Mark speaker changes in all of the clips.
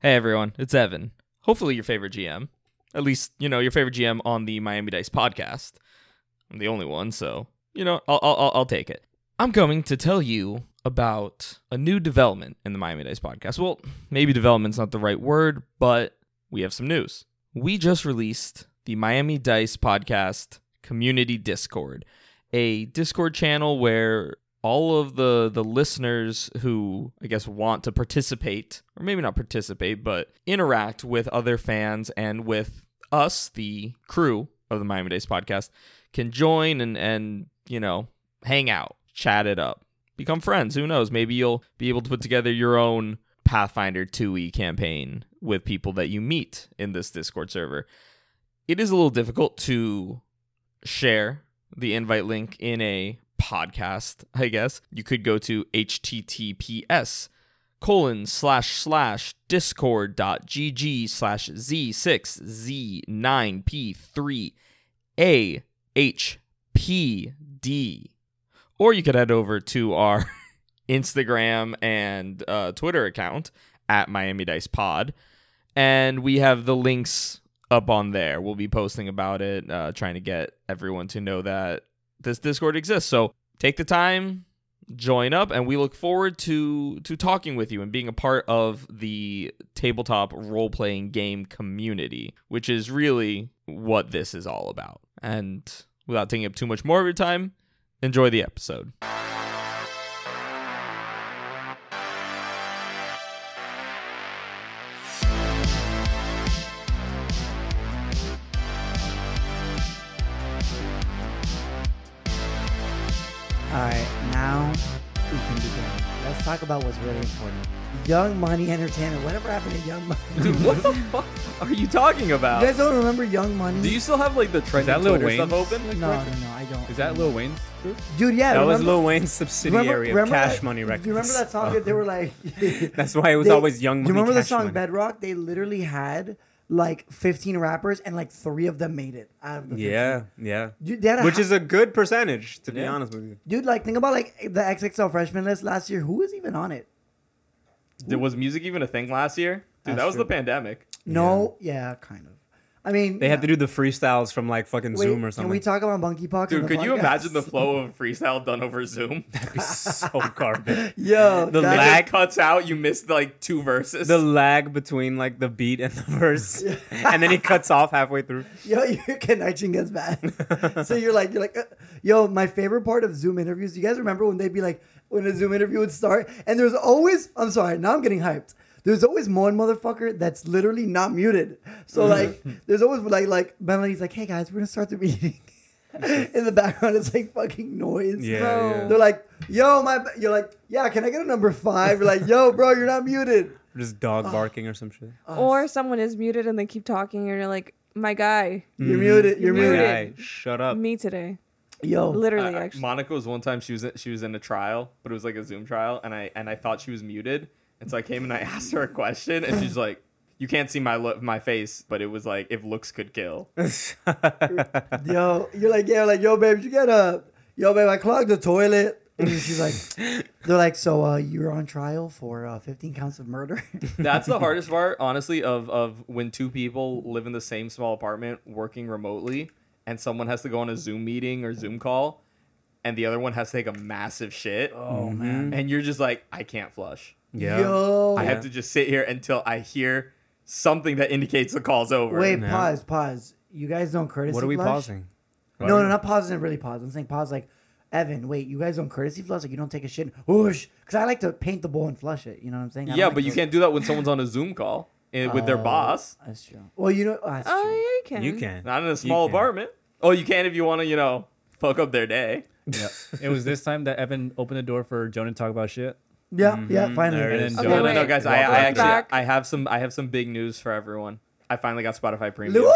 Speaker 1: Hey everyone, it's Evan. Hopefully your favorite GM. At least, you know, your favorite GM on the Miami Dice podcast. I'm the only one, so, you know, I'll I'll I'll take it. I'm going to tell you about a new development in the Miami Dice podcast. Well, maybe development's not the right word, but we have some news. We just released the Miami Dice podcast community Discord, a Discord channel where all of the the listeners who I guess want to participate or maybe not participate but interact with other fans and with us the crew of the Miami Days podcast can join and and you know hang out chat it up become friends who knows maybe you'll be able to put together your own Pathfinder 2e campaign with people that you meet in this Discord server it is a little difficult to share the invite link in a podcast i guess you could go to https colon slash slash discord dot gg slash z6 z9p3 a h p d or you could head over to our instagram and uh, twitter account at miami dice pod and we have the links up on there. We'll be posting about it, uh, trying to get everyone to know that this Discord exists. So take the time, join up, and we look forward to to talking with you and being a part of the tabletop role playing game community, which is really what this is all about. And without taking up too much more of your time, enjoy the episode.
Speaker 2: All right, now we can begin. Let's talk about what's really important. Young Money Entertainment. Whatever happened to Young Money?
Speaker 3: Dude, what the fuck are you talking
Speaker 2: You
Speaker 3: about?
Speaker 2: guys don't remember Young Money?
Speaker 3: Do you still have like the trend
Speaker 4: that Lil
Speaker 3: Twitter
Speaker 4: Wayne?
Speaker 3: stuff open?
Speaker 2: No, no, no, I don't.
Speaker 4: Is that Lil Wayne's group?
Speaker 2: Dude, yeah.
Speaker 4: That
Speaker 2: remember,
Speaker 4: was Lil Wayne's
Speaker 2: remember-
Speaker 4: subsidiary of
Speaker 2: remember
Speaker 4: Cash
Speaker 2: that-
Speaker 4: Money Records.
Speaker 2: Do you remember that song that they were like?
Speaker 4: That's why it was
Speaker 2: They-
Speaker 4: always Young Money.
Speaker 2: Do you remember the
Speaker 4: Cash
Speaker 2: song
Speaker 4: Money.
Speaker 2: Bedrock? They literally had like 15 rappers and like three of them made it out of the 15.
Speaker 4: Yeah, yeah.
Speaker 2: Dude, they had a
Speaker 4: Which
Speaker 2: hi-
Speaker 4: is a good percentage, to be
Speaker 3: Yeah.
Speaker 4: honest with you.
Speaker 2: dude like think about like the XXL freshman list last year. Who was even on it?
Speaker 1: There was music even a thing last year? Dude, that was the pandemic.
Speaker 2: No, yeah, kind of. I mean,
Speaker 4: They had to do the freestyles from like fucking
Speaker 2: Wait,
Speaker 4: Zoom or something.
Speaker 2: Can we talk about monkeypox? on
Speaker 1: Dude,
Speaker 2: the
Speaker 1: could you
Speaker 2: podcast?
Speaker 1: imagine the flow of freestyle done over Zoom?
Speaker 4: That'd be so garbage.
Speaker 2: Yo,
Speaker 4: The
Speaker 2: that-
Speaker 1: It
Speaker 4: lag-
Speaker 1: just cuts out. You missed like two verses.
Speaker 4: The lag between like the beat and the verse, and then he cuts off halfway through.
Speaker 2: Yo, your connection gets bad. so you're like, you're like, uh, yo. My favorite part of Zoom interviews. You guys remember when they'd be like, when a Zoom interview would start, and there's always, I'm sorry, now I'm getting hyped. There's always one motherfucker that's literally not muted. So like, there's always like, like Melody's like, hey guys, we're gonna start the meeting. In the background, it's like fucking noise.
Speaker 4: Yeah,
Speaker 3: Bro.
Speaker 4: yeah.
Speaker 2: They're like, yo, my, ba-" you're like, yeah, can I get a number five? You're like, yo, bro, you're not muted.
Speaker 4: just dog
Speaker 2: Oh.
Speaker 4: barking or some shit.
Speaker 5: Or someone is muted and they keep talking, and you're like, my guy,
Speaker 2: You're
Speaker 1: Mm-hmm.
Speaker 2: muted. You're
Speaker 5: You're
Speaker 2: muted.
Speaker 5: muted.
Speaker 4: Guy, shut up.
Speaker 5: me today.
Speaker 2: Yo,
Speaker 5: Literally,
Speaker 1: Oh. I- I-
Speaker 5: actually.
Speaker 1: Monica was one time she was in, she was in a trial, but it was like a Zoom trial, and I and I thought she was muted, and so I came and I asked her a question, and she's like, "You can't see my look, my face, but it was like if looks could kill."
Speaker 2: yo, you're like, yeah, like, yo, babe, did you get up. Yo, babe, I clogged the toilet. And she's like, they're like, so uh, you're on trial for uh, 15 counts of murder.
Speaker 1: That's the hardest part, honestly, of of when two people live in the same small apartment working remotely, and someone has to go on a Zoom meeting or Zoom call, and the other one has to take a massive shit. Oh man! And you're just like, I can't flush.
Speaker 4: yeah.
Speaker 2: Yo,
Speaker 1: I have to just sit here until I hear something that indicates the call's over.
Speaker 2: wait,
Speaker 4: No.
Speaker 2: pause, pause. You guys don't courtesy.
Speaker 4: what are we
Speaker 2: flush?
Speaker 4: pausing?
Speaker 2: No, no, not pausing. Really pause. I'm saying pause. Like, Evan, wait, you guys don't courtesy flush. Like, you don't take a shit. Whoosh, because I like to paint the bowl and flush it. You know what I'm saying? I don't
Speaker 1: yeah,
Speaker 2: like
Speaker 1: but you
Speaker 2: to-
Speaker 1: can't do that when someone's on a Zoom call eh, with their
Speaker 2: Oh.
Speaker 1: boss.
Speaker 2: That's true. Well, you know, oh, that's
Speaker 5: Oh,
Speaker 2: true.
Speaker 5: yeah, you can.
Speaker 4: You can.
Speaker 1: Not in a small
Speaker 4: can.
Speaker 1: apartment. Oh, you can if you want to, you know, fuck up their day.
Speaker 6: Yeah. it was this time that Evan opened the door for Jonah to talk about shit.
Speaker 2: Yeah,
Speaker 1: Mm-hmm.
Speaker 2: yeah.
Speaker 4: There it
Speaker 2: Finally,
Speaker 4: is.
Speaker 5: Okay,
Speaker 1: no, no, no,
Speaker 5: wait.
Speaker 1: guys. I, I
Speaker 5: Welcome
Speaker 1: actually,
Speaker 5: back.
Speaker 1: I have some, I have some big news for everyone. I finally got Spotify Premium.
Speaker 2: Woo!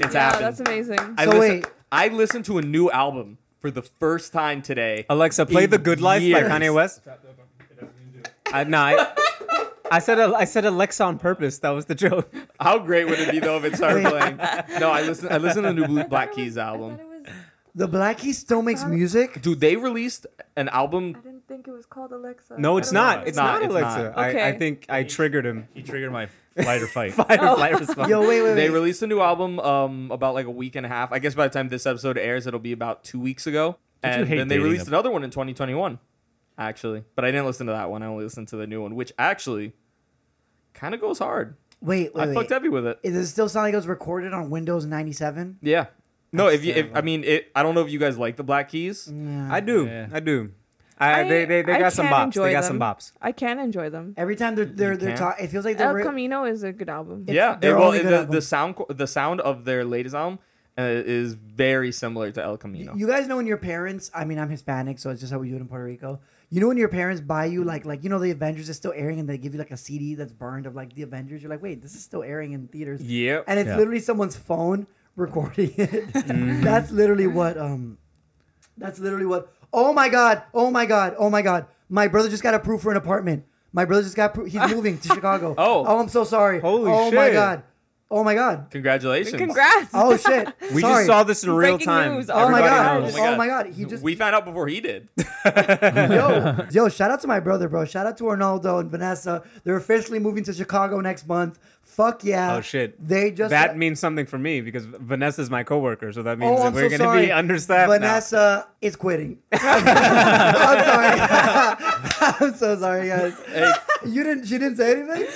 Speaker 1: It's
Speaker 5: Yeah,
Speaker 1: happened.
Speaker 5: that's amazing.
Speaker 1: I
Speaker 2: So
Speaker 1: listen-
Speaker 2: wait.
Speaker 1: I listened to a new album for the first time today.
Speaker 4: Alexa, play
Speaker 1: In
Speaker 4: "The Good Life"
Speaker 1: years.
Speaker 4: by Kanye West. I, no, I, I said I said Alexa on purpose. That was the joke.
Speaker 1: How great would it be though if it started
Speaker 2: Wait.
Speaker 1: playing? No, I listened. I listened to the new Blue- Black Keys album.
Speaker 2: The Black Keys still makes music.
Speaker 1: Dude, they released an album
Speaker 5: think it was called Alexa.
Speaker 4: No,
Speaker 5: I
Speaker 4: it's
Speaker 5: don't know.
Speaker 4: not. It's, not, Alexa. I, I
Speaker 5: Okay.
Speaker 4: think I triggered him.
Speaker 6: He triggered my flight or fight.
Speaker 4: Fight or flight response.
Speaker 2: Yo, wait, wait, wait.
Speaker 1: They released a new album um, about like a week and a half. I guess by the time this episode airs, it'll be about two weeks ago.
Speaker 6: Don't you
Speaker 1: And
Speaker 6: hate
Speaker 1: then they
Speaker 6: dating
Speaker 1: released
Speaker 6: them?
Speaker 1: another one in 2021, actually. But I didn't listen to that one. I only listened to the new one, which actually kind of goes hard.
Speaker 2: wait, wait,
Speaker 1: I fucked
Speaker 2: wait.
Speaker 1: heavy with it.
Speaker 2: Is it still sound like it was recorded on Windows 97?
Speaker 1: Yeah. No, if you, if I mean, it, I don't know if you guys like the Black Keys.
Speaker 2: Yeah.
Speaker 4: I do.
Speaker 6: Yeah.
Speaker 4: I do. I, they they, they
Speaker 5: I
Speaker 4: got some
Speaker 5: can
Speaker 4: bops.
Speaker 5: enjoy
Speaker 4: They got
Speaker 5: them.
Speaker 4: some bops.
Speaker 5: I can enjoy them.
Speaker 2: Every time they're they're, they're
Speaker 4: can't.
Speaker 2: talking, it feels like they're
Speaker 5: El
Speaker 2: re-
Speaker 5: Camino is a good album.
Speaker 1: yeah.
Speaker 2: their
Speaker 1: it- well,
Speaker 2: only good
Speaker 1: the,
Speaker 2: album.
Speaker 1: the sound qu- the sound of their latest album uh, is very similar to El Camino.
Speaker 2: You guys know when your parents, I mean, I'm Hispanic, so it's just how we do it in Puerto Rico. You know when your parents buy you like like you know the Avengers is still airing and they give you like a CD that's burned of like the Avengers. You're like, wait, this is still airing in theaters.
Speaker 1: yeah.
Speaker 2: And it's
Speaker 6: Yeah.
Speaker 2: literally someone's phone recording it.
Speaker 4: Mm.
Speaker 2: that's literally what um that's literally what Oh my god. Oh my god. Oh my god. My brother just got approved for an apartment. My brother just got approved. He's moving to Chicago.
Speaker 1: Oh.
Speaker 2: Oh, I'm so sorry.
Speaker 4: Holy
Speaker 2: oh my
Speaker 4: shit.
Speaker 2: god. Oh my god.
Speaker 1: Congratulations.
Speaker 5: Congrats.
Speaker 2: Oh shit.
Speaker 4: We
Speaker 2: Sorry.
Speaker 4: just saw this in real
Speaker 5: Breaking
Speaker 4: time.
Speaker 5: news.
Speaker 2: Oh my,
Speaker 4: Everybody
Speaker 2: god.
Speaker 4: knows.
Speaker 2: oh my god. He just
Speaker 1: we found out before he did.
Speaker 2: yo, yo, shout out to my brother, bro. Shout out to Arnaldo and Vanessa. They're officially moving to Chicago next month. Fuck yeah.
Speaker 4: Oh shit!
Speaker 2: They just
Speaker 4: that means something for me because Vanessa's my coworker, so that means
Speaker 2: Oh,
Speaker 4: that
Speaker 2: I'm
Speaker 4: we're
Speaker 2: so
Speaker 4: gonna
Speaker 2: sorry.
Speaker 4: be understaffed. now.
Speaker 2: Vanessa is quitting. I'm sorry. I'm so sorry, guys. You didn't. She didn't say anything.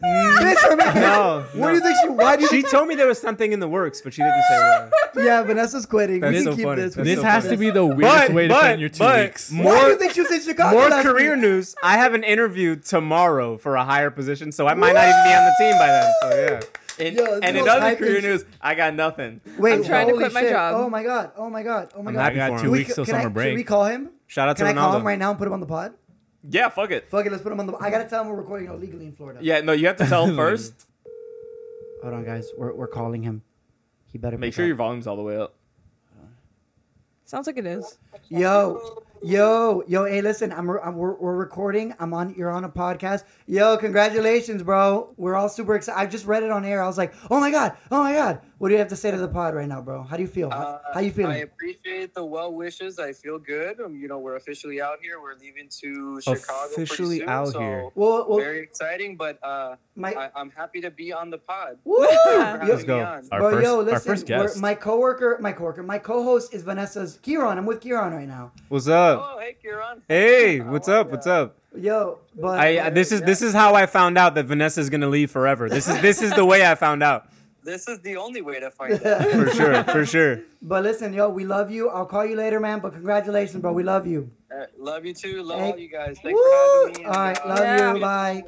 Speaker 2: Bitch, I mean,
Speaker 4: No,
Speaker 2: What
Speaker 4: no.
Speaker 2: do you think she? Why do you?
Speaker 4: She told me there was something in the works, but she didn't say what.
Speaker 2: yeah, Vanessa's quitting.
Speaker 4: That's
Speaker 2: we can
Speaker 4: so
Speaker 2: keep
Speaker 4: funny.
Speaker 2: this. We
Speaker 4: That's
Speaker 2: can
Speaker 6: This
Speaker 4: so
Speaker 2: keep
Speaker 6: has to
Speaker 2: this.
Speaker 6: be the weirdest
Speaker 4: But,
Speaker 6: way to
Speaker 4: but,
Speaker 6: spend your two
Speaker 4: but
Speaker 6: weeks.
Speaker 4: more,
Speaker 2: Why do you think she was in Chicago?
Speaker 4: more
Speaker 2: last
Speaker 4: career
Speaker 2: week?
Speaker 4: news. I have an interview tomorrow for a higher position, so I might not even be on the team by then. So yeah.
Speaker 1: And,
Speaker 2: Yo, it's
Speaker 1: and
Speaker 2: the
Speaker 1: in
Speaker 2: most
Speaker 1: other
Speaker 2: hype
Speaker 1: career
Speaker 2: intro-
Speaker 1: news, I got nothing.
Speaker 2: Wait,
Speaker 5: I'm trying to
Speaker 2: holy
Speaker 5: quit my
Speaker 2: shit.
Speaker 5: job.
Speaker 2: Oh my god. Oh my god. Oh my
Speaker 4: I'm
Speaker 2: god.
Speaker 6: I
Speaker 4: happy
Speaker 6: got
Speaker 4: for
Speaker 6: two
Speaker 4: him.
Speaker 2: We
Speaker 6: weeks
Speaker 2: c-
Speaker 6: till
Speaker 2: can I-
Speaker 6: summer
Speaker 2: Should we
Speaker 6: break.
Speaker 2: call him?
Speaker 4: Shout out to
Speaker 2: Can I call
Speaker 4: Ronaldo.
Speaker 2: him right now and put him on the pod?
Speaker 1: Yeah, fuck it.
Speaker 2: Fuck it, let's put him on the. I gotta tell him we're recording illegally in Florida.
Speaker 1: Yeah, no, you have to tell him first.
Speaker 2: Hold on, guys. We're, we're calling him. He better
Speaker 1: Make
Speaker 2: pick
Speaker 1: sure your
Speaker 2: up.
Speaker 1: volume's all the way up.
Speaker 5: Sounds like it is.
Speaker 2: Yo, yo, yo. Hey, listen. I'm, re- I'm we're, we're recording. I'm on. You're on a podcast. Yo, congratulations, bro. We're all super excited. I just read it on air. I was like, oh my god, oh my god. What do you have to say to the pod right now, bro? How do you feel? How, how you
Speaker 7: Uh, I
Speaker 2: feeling?
Speaker 7: appreciate the well wishes. I feel good. Um, you know, we're officially out here. We're leaving to Chicago. pretty
Speaker 4: Officially
Speaker 7: soon,
Speaker 4: out
Speaker 7: so
Speaker 4: here.
Speaker 2: well, well,
Speaker 7: Very exciting, but uh,
Speaker 2: my.
Speaker 7: I, I'm happy to be on the pod.
Speaker 2: Woo!
Speaker 5: Yeah.
Speaker 7: Thanks
Speaker 2: Yo-
Speaker 7: for having
Speaker 4: go.
Speaker 7: me on.
Speaker 6: Our
Speaker 2: bro,
Speaker 6: first-
Speaker 2: yo,
Speaker 6: our
Speaker 2: listen.
Speaker 6: first
Speaker 2: we're-
Speaker 6: guest.
Speaker 2: My coworker, my coworker, my co-host is Vanessa's Kieran. I'm with Kieran right now.
Speaker 4: What's up?
Speaker 7: Oh, hey, Kieran. Oh,
Speaker 4: Hey,
Speaker 2: Oh,
Speaker 7: How
Speaker 4: what's
Speaker 7: are
Speaker 4: up?
Speaker 7: ya?
Speaker 4: What's up?
Speaker 2: Yo, but
Speaker 4: I I- this is this is how I found out that Vanessa's gonna leave forever. This is this is the way I found out
Speaker 7: This is the only way to find out.
Speaker 4: for sure, for sure.
Speaker 2: But listen, yo, we love you. I'll call you later, man. But congratulations, bro. We love you.
Speaker 7: All right, Uh, love you too. Love
Speaker 2: Hey.
Speaker 7: all you guys. Thanks
Speaker 2: Woo!
Speaker 7: for having me.
Speaker 2: All right,
Speaker 7: uh,
Speaker 2: love
Speaker 5: Yeah.
Speaker 2: you. Bye.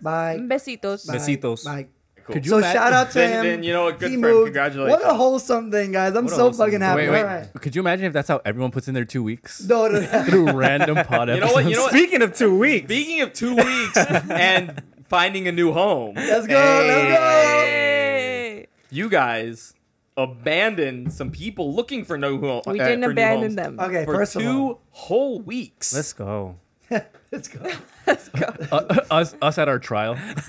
Speaker 2: Bye.
Speaker 5: Besitos.
Speaker 2: Bye.
Speaker 4: Besitos.
Speaker 2: Bye.
Speaker 6: Could you
Speaker 2: So
Speaker 6: ma-
Speaker 2: shout out to
Speaker 1: Then-
Speaker 2: him.
Speaker 1: then, you know what? Good
Speaker 2: He
Speaker 1: for him.
Speaker 2: moved.
Speaker 1: Congratulations.
Speaker 2: What a wholesome thing, guys. I'm
Speaker 6: What a
Speaker 2: so
Speaker 6: wholesome
Speaker 2: fucking
Speaker 6: thing.
Speaker 2: happy.
Speaker 6: Wait, wait.
Speaker 2: All right.
Speaker 6: Could you imagine if that's how everyone puts in their two weeks?
Speaker 2: No, no, no.
Speaker 6: Through random pod
Speaker 1: You know what? You know what?
Speaker 4: Speaking of two weeks,
Speaker 1: Speaking of two weeks and finding a new home,
Speaker 2: Let's go. Let's go.
Speaker 5: Hey.
Speaker 1: you guys abandoned some people looking Uh, for no home.
Speaker 5: We didn't abandon them.
Speaker 2: Okay,
Speaker 1: for
Speaker 2: first
Speaker 1: two
Speaker 2: of all,
Speaker 1: whole weeks.
Speaker 4: let's go.
Speaker 2: let's go.
Speaker 6: Uh, us, us at our trial.
Speaker 2: Let's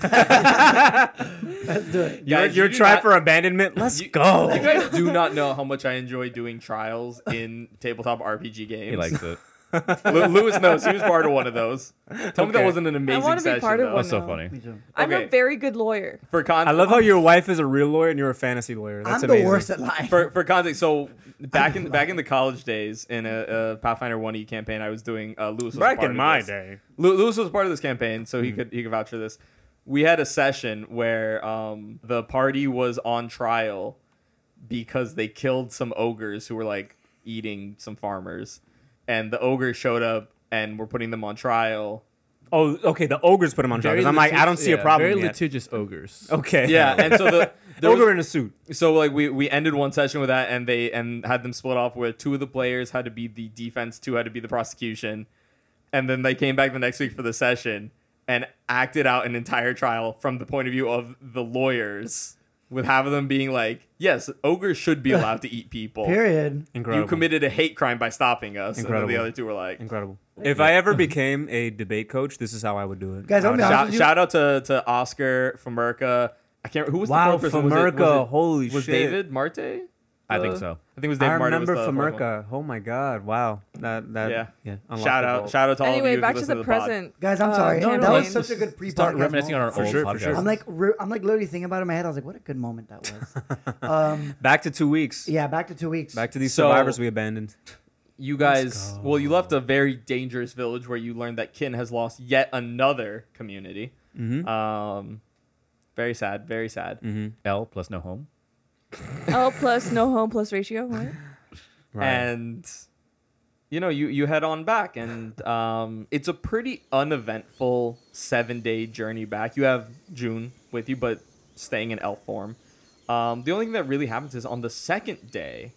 Speaker 2: do it.
Speaker 4: Your,
Speaker 1: Guys,
Speaker 4: your
Speaker 1: you do
Speaker 4: try
Speaker 1: not-
Speaker 4: for abandonment. Let's
Speaker 1: you-
Speaker 4: go.
Speaker 1: You guys do not know how much I enjoy doing trials in tabletop RPG games.
Speaker 6: He likes it.
Speaker 1: Lu- Lewis knows he was part of one of those. Tell me that
Speaker 4: Okay.
Speaker 1: wasn't an
Speaker 5: I
Speaker 1: amazing
Speaker 5: want to
Speaker 1: session.
Speaker 5: be part of
Speaker 1: though.
Speaker 5: one.
Speaker 6: That's so
Speaker 5: now.
Speaker 6: funny.
Speaker 5: I'm
Speaker 1: Okay.
Speaker 5: a very good lawyer.
Speaker 1: For con-
Speaker 4: I love how your wife is a real lawyer and you're a fantasy lawyer. That's
Speaker 2: I'm
Speaker 4: amazing.
Speaker 2: the worst at lying.
Speaker 1: for for context. So back in back in the college days, in a, a Pathfinder One E campaign, I was doing uh, Lewis. Was a
Speaker 4: Back
Speaker 1: part
Speaker 4: in
Speaker 1: of
Speaker 4: my
Speaker 1: this.
Speaker 4: day.
Speaker 1: Lew- Lewis was part of this campaign, so he could he could vouch for this. We had a session where um, the party was on trial because they killed some ogres who were like eating some farmers, and the ogres showed up and were putting them on trial.
Speaker 4: Oh, okay. The ogres put him on trial. 'cause I'm like, I don't see a problem.
Speaker 6: Very
Speaker 4: yet.
Speaker 6: litigious ogres.
Speaker 4: Okay.
Speaker 1: Yeah, and so the there was-
Speaker 4: ogre in a suit.
Speaker 1: so like we we ended one session with that and they and had them split off where two of the players had to be the defense two had to be the prosecution and then they came back the next week for the session and acted out an entire trial from the point of view of the lawyers with half of them being like yes ogres should be allowed to eat people
Speaker 2: Period.
Speaker 4: Incredible.
Speaker 1: you committed a hate crime by stopping us and then
Speaker 4: Incredible.
Speaker 1: the other two were like
Speaker 4: Incredible. If I ever became a debate coach, this is how I would do it.
Speaker 2: Guys,
Speaker 4: I
Speaker 2: I'm
Speaker 4: would
Speaker 2: not-
Speaker 1: shout,
Speaker 2: Did you-
Speaker 1: shout out to to oscar Famerka. i can't who was
Speaker 4: Wow,
Speaker 1: the fourth person Was it- was
Speaker 4: Famerka,
Speaker 1: it-
Speaker 4: holy
Speaker 1: was
Speaker 4: shit.
Speaker 1: david marte
Speaker 6: I think so.
Speaker 1: I think it was Dave
Speaker 4: I
Speaker 1: Martin was
Speaker 4: remember
Speaker 1: the fourth one.
Speaker 4: Famerka. Oh my god! Wow. That that
Speaker 1: Yeah.
Speaker 4: unlocked
Speaker 1: Shout
Speaker 4: the
Speaker 1: out,
Speaker 4: vault.
Speaker 1: shout out to all of
Speaker 5: Anyway,
Speaker 1: you.
Speaker 5: back
Speaker 1: who
Speaker 5: to
Speaker 1: listen
Speaker 5: the
Speaker 1: pod.
Speaker 5: present.
Speaker 2: Guys, I'm
Speaker 5: Uh,
Speaker 2: sorry.
Speaker 5: no,
Speaker 2: that
Speaker 5: no,
Speaker 2: was
Speaker 5: no.
Speaker 2: such a good pre
Speaker 6: Start reminiscing on our
Speaker 4: For
Speaker 6: old
Speaker 4: sure, for
Speaker 6: podcast.
Speaker 4: sure.
Speaker 2: I'm like, re- I'm like literally thinking about it in my head. I was like, what a good moment that was. um,
Speaker 4: Back to two weeks.
Speaker 2: yeah, back to two weeks.
Speaker 4: Back to these
Speaker 1: So-
Speaker 4: survivors we abandoned.
Speaker 1: You guys, well, you left a very dangerous village where you learned that Kin has lost yet another community.
Speaker 4: Mhm.
Speaker 1: Um, very sad, very
Speaker 4: Mm-hmm.
Speaker 1: sad.
Speaker 6: L plus no home.
Speaker 5: L plus no home plus ratio. What?
Speaker 1: and you know you you head on back and um it's a pretty uneventful seven day journey back you have june with you but staying in elf form um the only thing that really happens is on the second day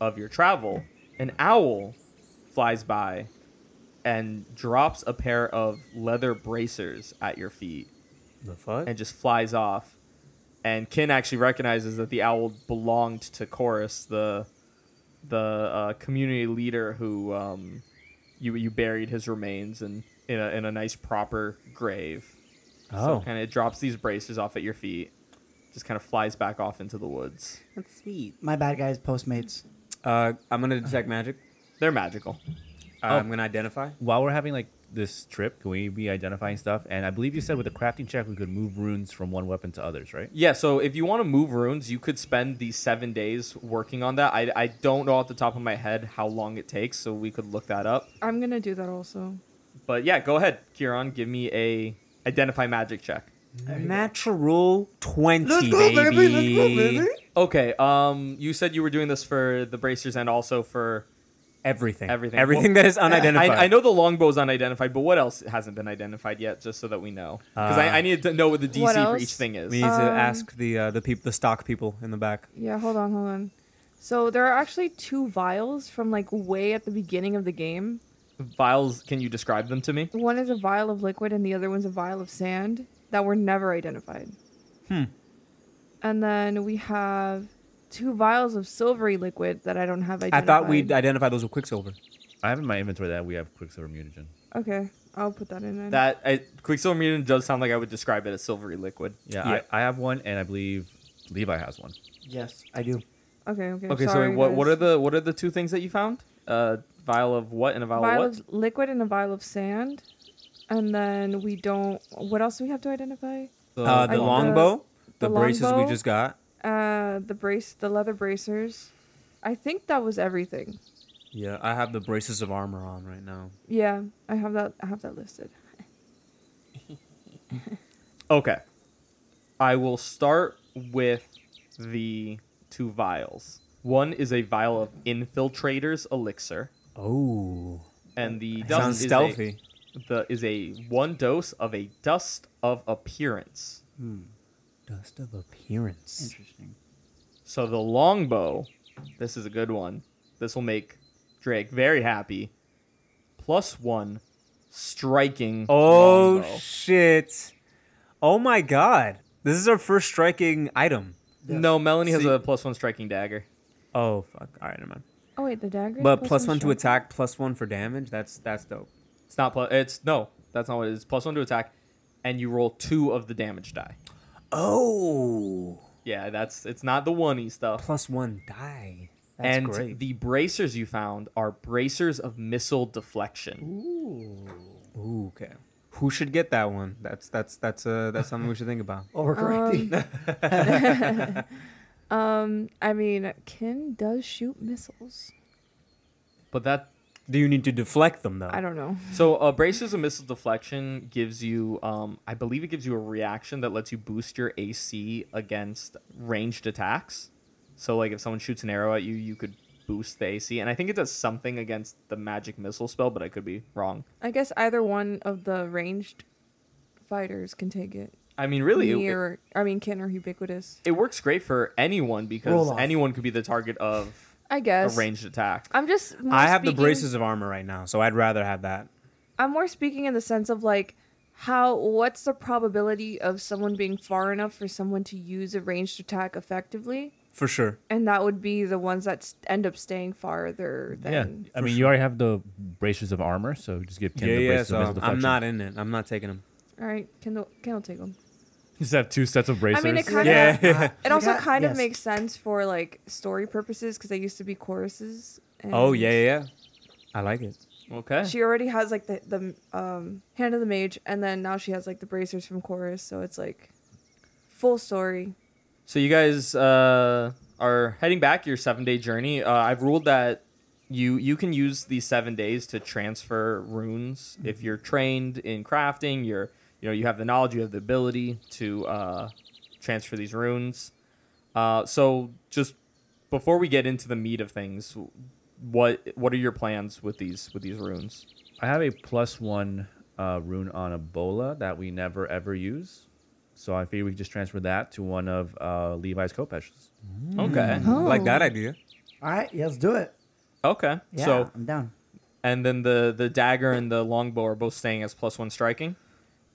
Speaker 1: of your travel an owl flies by and drops a pair of leather bracers at your feet
Speaker 4: the fuck?
Speaker 1: and just flies off. And Kin actually recognizes that the owl belonged to Chorus, the the uh, community leader who um, you you buried his remains in in a, in a nice proper grave.
Speaker 4: oh,
Speaker 1: And it drops these bracers off at your feet, just kind of flies back off into the woods.
Speaker 4: that's sweet.
Speaker 2: My bad, guys. Postmates.
Speaker 4: Uh, I'm gonna detect magic.
Speaker 1: They're magical.
Speaker 4: Uh, I'm gonna identify.
Speaker 6: While we're having like this trip, can we be identifying stuff? And I believe you said with a crafting check we could move runes from one weapon to others, right?
Speaker 1: Yeah, so if you want to move runes, you could spend these seven days working on that. I, I don't know off the top of my head how long it takes, so we could look that up.
Speaker 5: I'm gonna do that also.
Speaker 1: But yeah, go ahead, Kieran. Give me a identify magic check.
Speaker 4: Natural 20
Speaker 2: Let's go, baby. Let's go, baby.
Speaker 1: Okay. Um, you said you were doing this for the bracers and also for
Speaker 4: Everything.
Speaker 1: Everything.
Speaker 4: Everything that is
Speaker 1: I,
Speaker 4: unidentified.
Speaker 1: I know the longbow's unidentified, but what else hasn't been identified yet? Just so that we know, because
Speaker 4: Uh,
Speaker 1: I, I needed to know what the DC
Speaker 5: What
Speaker 1: for
Speaker 5: else?
Speaker 1: each thing is.
Speaker 4: We need to
Speaker 5: Um,
Speaker 4: ask the uh, the peop- the stock people in the back.
Speaker 5: Yeah, hold on, hold on. So there are actually two vials from like way at the beginning of the game.
Speaker 1: Vials. Can you describe them to me?
Speaker 5: One is a vial of liquid and the other one's a vial of sand that were never identified.
Speaker 4: Hmm.
Speaker 5: And then we have two vials of silvery liquid that I don't have
Speaker 4: I
Speaker 5: identified.
Speaker 4: thought we'd identify those with quicksilver.
Speaker 6: I have in my inventory that we have Quicksilver Mutagen.
Speaker 5: Okay, I'll put that in. Then.
Speaker 1: That I, quicksilver mutant does sound like I would describe it as silvery liquid.
Speaker 6: Yeah, I, I have one, and I believe Levi has one.
Speaker 2: Yes, I do.
Speaker 5: okay, okay.
Speaker 1: Okay.
Speaker 5: sorry,
Speaker 1: so what what
Speaker 5: guys.
Speaker 1: are the what are the two things that you found? Uh, vial of what and a vial,
Speaker 5: vial
Speaker 1: of what?
Speaker 5: of liquid and a vial of sand? And then we don't. What else do we have to identify?
Speaker 4: Uh, the
Speaker 5: I-
Speaker 4: longbow, the,
Speaker 5: the
Speaker 4: braces we
Speaker 5: longbow.
Speaker 4: just got.
Speaker 5: Uh, the brace, the leather bracers. I think that was everything.
Speaker 4: Yeah, I have the braces of armor on right now.
Speaker 5: Yeah, I have that. I have that listed.
Speaker 1: Okay. I will start with the two vials. One is a vial of infiltrator's elixir,
Speaker 4: Oh,
Speaker 1: and the dust
Speaker 4: sounds
Speaker 1: is
Speaker 4: stealthy.
Speaker 1: A, the is a one dose of a dust of appearance.
Speaker 4: Dust of appearance.
Speaker 2: Interesting.
Speaker 1: So the longbow, this is a good one. This will make Drake very happy. Plus one, striking.
Speaker 4: Oh
Speaker 1: longbow.
Speaker 4: shit! Oh my god! This is our first striking item.
Speaker 1: no! Melanie has
Speaker 4: See-
Speaker 1: a plus one striking dagger.
Speaker 4: Oh fuck! All right, never mind.
Speaker 5: Oh wait, the dagger.
Speaker 4: But plus, plus one to
Speaker 5: strength?
Speaker 4: attack, plus one for damage. That's that's dope.
Speaker 1: It's not plus. It's no. That's not what it is. Plus one to attack, and you roll two of the damage die.
Speaker 4: Oh,
Speaker 1: Yeah, that's it's not the one e stuff.
Speaker 4: plus one die. That's
Speaker 1: And
Speaker 4: great.
Speaker 1: the bracers you found are bracers of missile deflection.
Speaker 4: Ooh, okay. Who should get that one? That's that's that's uh that's something we should think about.
Speaker 2: Overcorrecting.
Speaker 5: Um, I mean, Kin does shoot missiles.
Speaker 1: But that
Speaker 4: Do you need to deflect them though?
Speaker 5: I don't know.
Speaker 1: so uh, bracers of missile deflection gives you, um, I believe it gives you a reaction that lets you boost your AC against ranged attacks. So like if someone shoots an arrow at you, you could boost the AC, and I think it does something against the magic missile spell, but I could be wrong.
Speaker 5: I guess either one of the ranged fighters can take it.
Speaker 1: I mean, really, it- it,
Speaker 5: Near, I mean, Kin or ubiquitous.
Speaker 1: it works great for anyone because
Speaker 2: Roll off.
Speaker 1: anyone could be the target of
Speaker 5: I
Speaker 1: a
Speaker 5: guess.
Speaker 1: ranged attack.
Speaker 5: I'm just. more
Speaker 4: I have the
Speaker 5: speaking-
Speaker 4: braces of armor right now, so I'd rather have that.
Speaker 5: I'm more speaking in the sense of like how what's the probability of someone being far enough for someone to use a ranged attack effectively
Speaker 4: For sure.
Speaker 5: and that would be the ones that s- end up staying farther than
Speaker 6: I mean, you already have the bracers of armor, so just give Ken
Speaker 4: yeah,
Speaker 6: the
Speaker 4: yeah,
Speaker 6: bracers
Speaker 4: so
Speaker 6: of missile deflection.
Speaker 4: I'm not in it. I'm not taking them.
Speaker 5: all right can the can i take them
Speaker 6: Just have two sets of
Speaker 5: I
Speaker 6: bracers.
Speaker 5: mean, it kind of
Speaker 4: Yeah. yeah.
Speaker 5: it also
Speaker 2: got-
Speaker 5: kind of
Speaker 2: yes.
Speaker 5: makes sense for like story purposes because they used to be choruses. And
Speaker 4: Oh yeah, yeah, yeah. I like it.
Speaker 1: Okay.
Speaker 5: She already has like the the um, hand of the mage, and then now she has like the bracers from chorus, so it's like full story.
Speaker 1: So you guys uh, are heading back your seven day journey. Uh, I've ruled that you you can use these seven days to transfer runes if you're trained in crafting. You're you know you have the knowledge, you have the ability to uh, transfer these runes. Uh, so just before we get into the meat of things, what what are your plans with these with these runes?
Speaker 6: I have a plus one uh, rune on Ebola that we never ever use. So I figure we could just transfer that to one of uh, Levi's Kopesh's.
Speaker 2: Hmm.
Speaker 1: Okay,
Speaker 4: Like
Speaker 5: Oh.
Speaker 4: that idea.
Speaker 2: All right, yeah, let's do it.
Speaker 1: okay.
Speaker 2: Yeah,
Speaker 1: So
Speaker 2: I'm down.
Speaker 1: and then the the dagger and the longbow are both staying as plus one striking.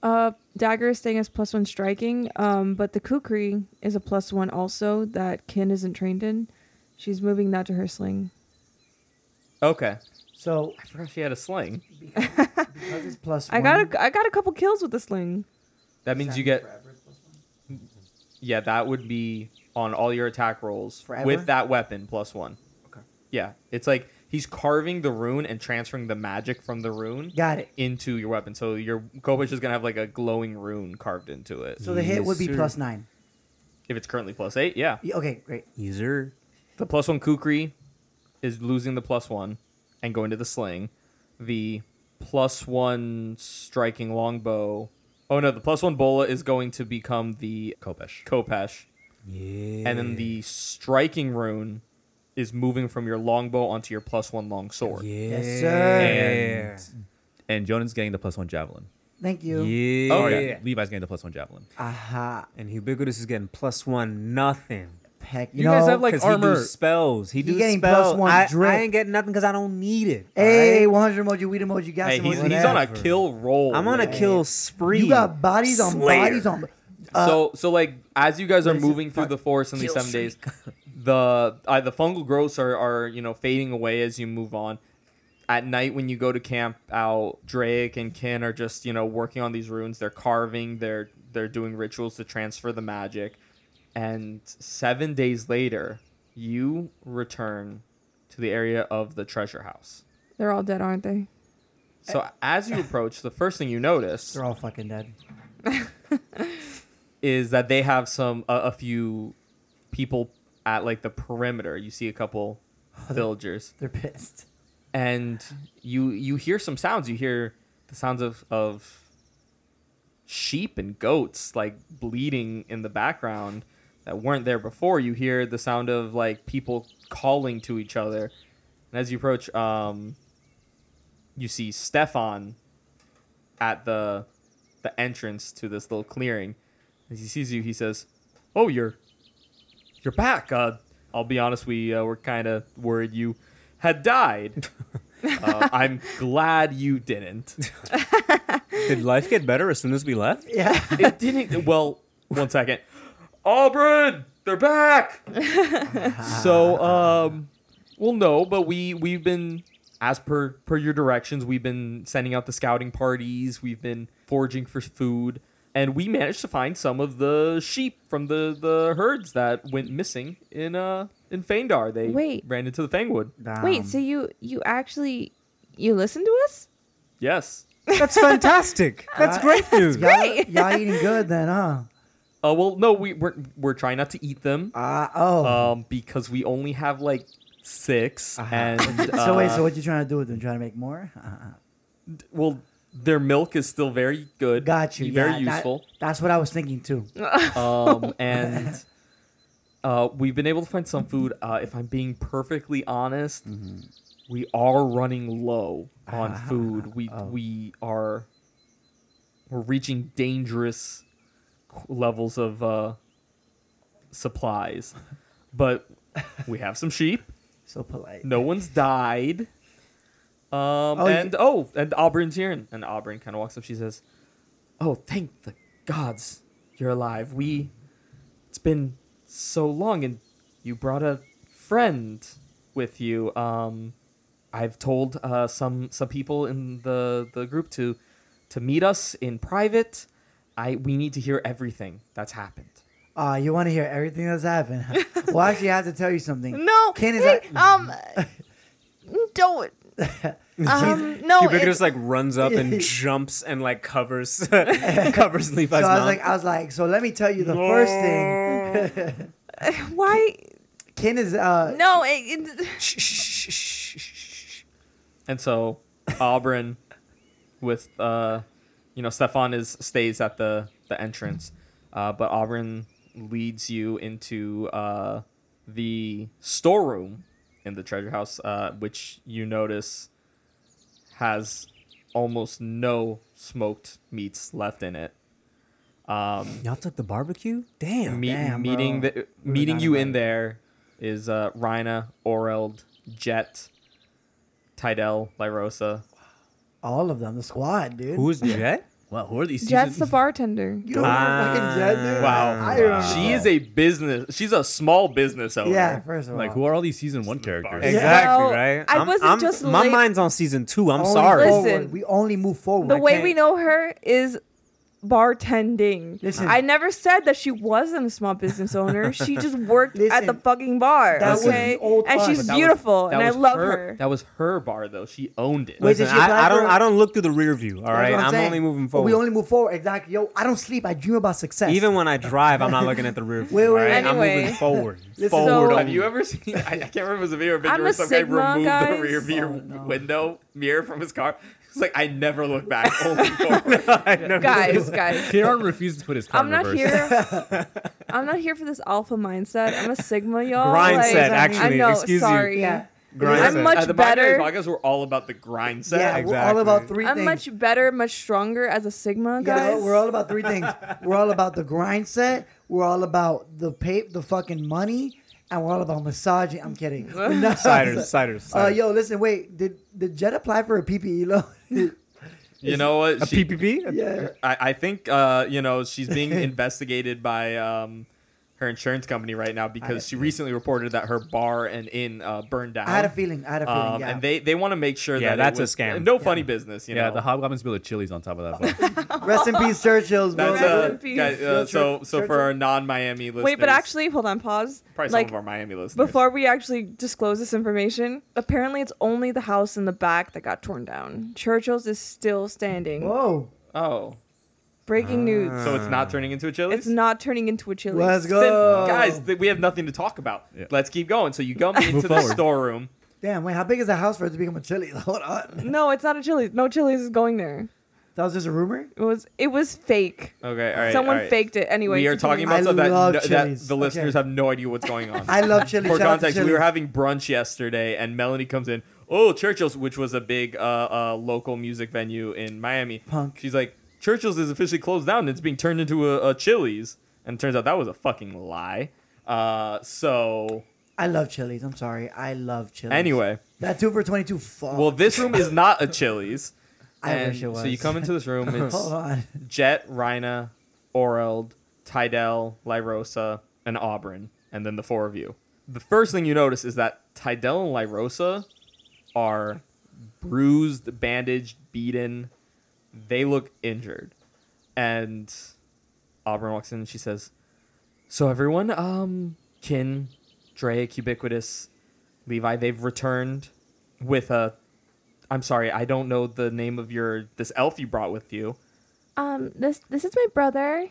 Speaker 5: Uh, dagger is staying as plus one striking, um, but the kukri is a plus one also that Kin isn't trained in. She's moving that to her sling.
Speaker 1: Okay.
Speaker 2: So
Speaker 1: I forgot she had a sling.
Speaker 2: because it's plus
Speaker 5: I
Speaker 2: one,
Speaker 5: got a I got a couple kills with the sling.
Speaker 1: That means you get yeah. That would be on all your attack rolls
Speaker 2: Forever?
Speaker 1: with that weapon plus one.
Speaker 2: Okay.
Speaker 1: Yeah, it's like he's carving the rune and transferring the magic from the rune
Speaker 2: Got it.
Speaker 1: into your weapon. So your Kobush is gonna have like a glowing rune carved into it.
Speaker 2: So the hit would be
Speaker 4: Yes, sir.
Speaker 2: plus nine.
Speaker 1: if it's currently plus eight, yeah.
Speaker 2: Yeah, okay, great.
Speaker 4: User.
Speaker 1: The plus one Kukri is losing the plus one and going to the sling. The plus one striking longbow. Oh no, the plus one bola is going to become the
Speaker 6: Kopesh.
Speaker 1: Kopesh.
Speaker 4: Yeah.
Speaker 1: and then the striking rune is moving from your longbow onto your plus one long sword.
Speaker 4: Yeah.
Speaker 2: Yes, sir.
Speaker 4: And-
Speaker 6: And Jonan's getting the plus one javelin.
Speaker 2: Thank you.
Speaker 4: Yeah.
Speaker 1: Oh,
Speaker 6: Or,
Speaker 1: yeah.
Speaker 6: Levi's getting the plus one javelin.
Speaker 2: Aha.
Speaker 4: And ubiquitous is getting plus one nothing.
Speaker 2: Heck, you,
Speaker 6: You guys
Speaker 2: know,
Speaker 6: have, like,
Speaker 4: 'Cause
Speaker 6: armor.
Speaker 4: He do spells. He do
Speaker 2: getting
Speaker 4: spells.
Speaker 2: plus one
Speaker 4: I,
Speaker 2: drip.
Speaker 4: I ain't getting nothing because I don't need it.
Speaker 2: Hey,
Speaker 4: alright?
Speaker 2: 100 emoji, weed emoji, got
Speaker 1: Hey,
Speaker 2: some
Speaker 1: he's,
Speaker 2: emoji.
Speaker 1: he's on a
Speaker 4: Whatever.
Speaker 1: kill roll.
Speaker 4: I'm on a
Speaker 1: right?
Speaker 4: kill spree.
Speaker 2: You got bodies on
Speaker 4: Slayer.
Speaker 2: bodies on.
Speaker 1: so so like as you guys are
Speaker 2: Uh, is it?
Speaker 1: moving through
Speaker 2: Fuck.
Speaker 1: the forest in these seven days, the uh, the fungal growths are, are you know fading away as you move on. At night when you go to camp out, Drake and Kin are just you know working on these runes. They're carving. They're they're doing rituals to transfer the magic. And seven days later, you return to the area of the treasure house.
Speaker 5: They're all dead, aren't they?
Speaker 2: Uh,
Speaker 1: So as you approach, the first thing you notice
Speaker 2: They're all fucking dead.
Speaker 1: is that they have some a a few people at like the perimeter. You see a couple villagers,
Speaker 2: They're pissed.
Speaker 1: and you you hear some sounds. You hear the sounds of of sheep and goats like bleeding in the background that weren't there before. You hear the sound of like people calling to each other, and as you approach, um, you see Stefan at the the entrance to this little clearing. As he sees you, he says, "Oh, you're you're back." Uh, I'll be honest, we uh, were kind of worried you had died. uh, I'm glad you didn't.
Speaker 4: Did life get better as soon as we left?
Speaker 2: Yeah.
Speaker 1: It didn't. Well, one second. Auburn, they're back. so, um, well, no, but we we've been as per per your directions, we've been sending out the scouting parties, we've been foraging for food, and we managed to find some of the sheep from the the herds that went missing in uh in Feindar. They
Speaker 5: Wait.
Speaker 1: ran into the Fangwood.
Speaker 5: Wait,
Speaker 2: Um,
Speaker 5: so you you actually you listen to us?
Speaker 1: Yes.
Speaker 4: That's fantastic. That's great news.
Speaker 2: Uh, y'all, y'all eating good then, huh?
Speaker 1: Uh, well, no, we we're we're trying not to eat them.
Speaker 2: Uh, oh.
Speaker 1: um, because we only have like 6 and uh,
Speaker 2: Uh-huh. so wait, so what you trying to do with them? Trying to make more? Uh,
Speaker 1: well, their milk is still very good.
Speaker 2: got you.
Speaker 1: Very
Speaker 2: yeah, that-
Speaker 1: useful.
Speaker 2: that's what I was thinking too.
Speaker 1: um, and uh, we've been able to find some food. Uh, if I'm being perfectly honest,
Speaker 2: Mm-hmm.
Speaker 1: we are running low on
Speaker 2: Ah,
Speaker 1: food. We
Speaker 2: oh.
Speaker 1: we are we're reaching dangerous qu- levels of uh, supplies, but we have some sheep.
Speaker 2: So polite.
Speaker 1: No one's died. Um,
Speaker 2: you-
Speaker 1: and oh, and Auburn's here, and, and Auburn kind of walks up. She says, "Oh, thank the gods, you're alive. We, it's been so long, and you brought a friend with you. Um, I've told uh, some some people in the the group to to meet us in private. I we need to hear everything that's happened.
Speaker 2: Ah, you want to hear everything that's happened? well, actually, I have to tell you something.
Speaker 5: No.
Speaker 2: Candace,
Speaker 5: hey,
Speaker 2: I-
Speaker 5: um, don't. Um, no.
Speaker 4: Cupid
Speaker 5: it-
Speaker 4: just like runs up and jumps and like covers covers Levi's
Speaker 2: So I was
Speaker 4: mouth.
Speaker 2: like, I was like, so let me tell you the first thing.
Speaker 5: why?
Speaker 2: Ken is uh,
Speaker 5: No. It, it,
Speaker 1: Shh, shh, shh, shh, shh, shh. And so Auburn with uh you know Stefan is stays at the the entrance. Uh but Auburn leads you into uh the storeroom in the treasure house uh which you notice has almost no smoked meats left in it. Um
Speaker 4: Y'all took the barbecue? Damn.
Speaker 1: Me-
Speaker 2: Oh, Damn,
Speaker 1: meeting
Speaker 2: bro.
Speaker 1: the meeting
Speaker 2: down
Speaker 1: you
Speaker 2: to
Speaker 1: in
Speaker 2: my-
Speaker 1: there is uh Rhina, Oreld, Jet, Tidel, Lyrosa.
Speaker 2: all of them, the squad, dude.
Speaker 4: Who's Jet?
Speaker 6: Wow, who are these?
Speaker 5: Jet's the
Speaker 6: seasons?
Speaker 5: bartender.
Speaker 2: you don't know fucking Jed, dude?
Speaker 1: Wow.
Speaker 2: I remember
Speaker 1: She
Speaker 2: Jed.
Speaker 1: is a business. She's a small business owner.
Speaker 2: Yeah, first of all.
Speaker 6: Like, who are all these season one characters?
Speaker 2: Yeah.
Speaker 4: Exactly,
Speaker 5: Well,
Speaker 4: right?
Speaker 5: I
Speaker 4: I'm-
Speaker 5: wasn't
Speaker 4: I'm-
Speaker 5: just
Speaker 4: My
Speaker 5: late.
Speaker 4: mind's on season two. I'm
Speaker 2: Only
Speaker 4: sorry.
Speaker 2: forward.
Speaker 5: Listen.
Speaker 2: we only move forward.
Speaker 5: The way
Speaker 4: can't-
Speaker 5: we know her is bartending.
Speaker 2: Listen.
Speaker 5: I never said that she wasn't a small business owner. she just worked at
Speaker 2: Listen.
Speaker 5: the fucking bar.
Speaker 2: That
Speaker 1: was
Speaker 5: okay?
Speaker 2: the old
Speaker 5: and
Speaker 2: us.
Speaker 5: she's
Speaker 2: But
Speaker 1: That was-
Speaker 5: beautiful
Speaker 1: that
Speaker 5: and I
Speaker 1: was
Speaker 5: love her.
Speaker 1: That was her bar though. She owned it.
Speaker 2: Wait, did
Speaker 4: Listen,
Speaker 2: she
Speaker 4: I, I
Speaker 2: black
Speaker 4: don't
Speaker 2: or-
Speaker 4: I don't look through the rear view, all
Speaker 2: That's
Speaker 4: right?
Speaker 2: what
Speaker 4: I'm
Speaker 2: saying.
Speaker 4: only moving
Speaker 2: But
Speaker 4: forward.
Speaker 2: We only move forward. Exactly. Yo, I don't sleep. I dream about success.
Speaker 4: Even when I drive, I'm not looking at the rear view.
Speaker 2: Wait,
Speaker 4: all
Speaker 2: wait,
Speaker 4: right? I'm
Speaker 5: Anyway.
Speaker 4: moving forward.
Speaker 2: Listen,
Speaker 4: forward. only.
Speaker 5: So-
Speaker 1: Have you ever seen? I, I can't remember if it was a video or a video
Speaker 5: I'm a
Speaker 1: where some guy
Speaker 5: Sigma,
Speaker 1: removed
Speaker 5: guys.
Speaker 1: the rear view
Speaker 2: Oh, no.
Speaker 1: window mirror from his car. He's like, I never look back. Only forward.
Speaker 5: guys, guys.
Speaker 6: Kieran refused to put his car
Speaker 5: I'm
Speaker 6: in
Speaker 5: not
Speaker 6: reverse.
Speaker 5: here. I'm not here for this alpha mindset. I'm a sigma, y'all.
Speaker 4: Grind
Speaker 5: like,
Speaker 4: set,
Speaker 5: I
Speaker 4: actually.
Speaker 5: know.
Speaker 4: Excuse you.
Speaker 5: sorry.
Speaker 2: yeah,
Speaker 4: Grind
Speaker 5: I'm
Speaker 4: set.
Speaker 5: much
Speaker 1: Uh, the
Speaker 5: better.
Speaker 1: Binary Podcasts were all about the grind set.
Speaker 2: yeah, we're all
Speaker 4: Exactly.
Speaker 2: about 3
Speaker 5: I'm
Speaker 2: things.
Speaker 5: much better, much stronger as a sigma,
Speaker 2: Yeah,
Speaker 5: guys.
Speaker 2: we're- we're all about three things. We're all about the grind set. We're all about the pay, the fucking money, and we're all about massaging. I'm kidding. We're not-
Speaker 4: Ciders, ciders,
Speaker 2: Uh,
Speaker 4: ciders.
Speaker 2: yo, listen, wait. Did did Jed apply for a PPE loan?
Speaker 1: You know what?
Speaker 4: a
Speaker 1: She-
Speaker 4: PPP?
Speaker 2: yeah.
Speaker 1: I, I think uh, you know she's being investigated by um, her insurance company right now because she recently reported that her bar and inn uh, burned down.
Speaker 2: I had a feeling. I had a feeling.
Speaker 1: Um,
Speaker 2: yeah.
Speaker 1: And they, they want to make sure
Speaker 4: Yeah,
Speaker 1: that it
Speaker 4: that's a
Speaker 1: was-
Speaker 4: scam.
Speaker 1: No funny business, you
Speaker 6: Yeah,
Speaker 1: know.
Speaker 6: the hobgoblins build a chilies on top of that. bar.
Speaker 2: Rest in peace, Churchill's. Bro.
Speaker 1: that's
Speaker 5: Rest
Speaker 1: uh,
Speaker 5: in peace.
Speaker 1: guys, uh, so so for our non-Miami listeners.
Speaker 5: Wait, but actually, hold on, pause.
Speaker 1: probably
Speaker 5: like
Speaker 1: some of our Miami listeners.
Speaker 5: before we actually disclose this information, apparently it's only the house in the back that got torn down. Churchill's is still standing.
Speaker 2: Whoa.
Speaker 1: oh,
Speaker 5: Breaking news.
Speaker 1: Ah. so it's
Speaker 4: Uh.
Speaker 1: not turning into a Chili's.
Speaker 5: It's not Oh. turning into a Chili's.
Speaker 2: Let's
Speaker 1: Then,
Speaker 2: go,
Speaker 1: guys. Th- we have nothing to talk about.
Speaker 6: Yeah.
Speaker 1: Let's keep going. So you go into the
Speaker 6: forward.
Speaker 1: storeroom.
Speaker 2: Damn. Wait, how big is the house for it to become a chili? Hold on.
Speaker 5: No, it's not a Chili's. No Chili's is going there.
Speaker 2: That was just a rumor.
Speaker 5: It was it was fake.
Speaker 1: Okay, all right.
Speaker 5: Someone
Speaker 1: all right.
Speaker 5: faked it anyway.
Speaker 1: we are
Speaker 5: continue.
Speaker 1: talking about
Speaker 2: I
Speaker 1: so that,
Speaker 2: love
Speaker 1: no- that
Speaker 2: chilies.
Speaker 1: the
Speaker 2: Okay.
Speaker 1: listeners have no idea what's going on.
Speaker 2: I love chili.
Speaker 1: For
Speaker 2: Shout out to
Speaker 1: context,
Speaker 2: chili.
Speaker 1: we were having brunch yesterday, and Melanie comes in. Oh, Churchill's, which was a big uh, uh, local music venue in Miami.
Speaker 2: Punk.
Speaker 1: She's like, Churchill's is officially closed down. It's being turned into a, a Chili's, and it turns out that was a fucking lie. Uh, so
Speaker 2: I love chilies. I'm sorry. I love chilies.
Speaker 1: anyway,
Speaker 2: that two for twenty-two. Fuck.
Speaker 1: well, this room is not a Chili's.
Speaker 2: I
Speaker 1: and
Speaker 2: wish it was.
Speaker 1: So you come into this room. It's
Speaker 2: Hold on.
Speaker 1: Jet, Rhina, Oreld, Tidel, Lyrosa, and Auburn, and then the four of you. The first thing you notice is that Tidel and Lyrosa are bruised, bandaged, beaten. They look injured. And Auburn walks in and she says, So everyone, um, Kin, Drake, Ubiquitous, Levi, they've returned with a I'm sorry, I don't know the name of your this elf you brought with you.
Speaker 5: Um, this this is my brother.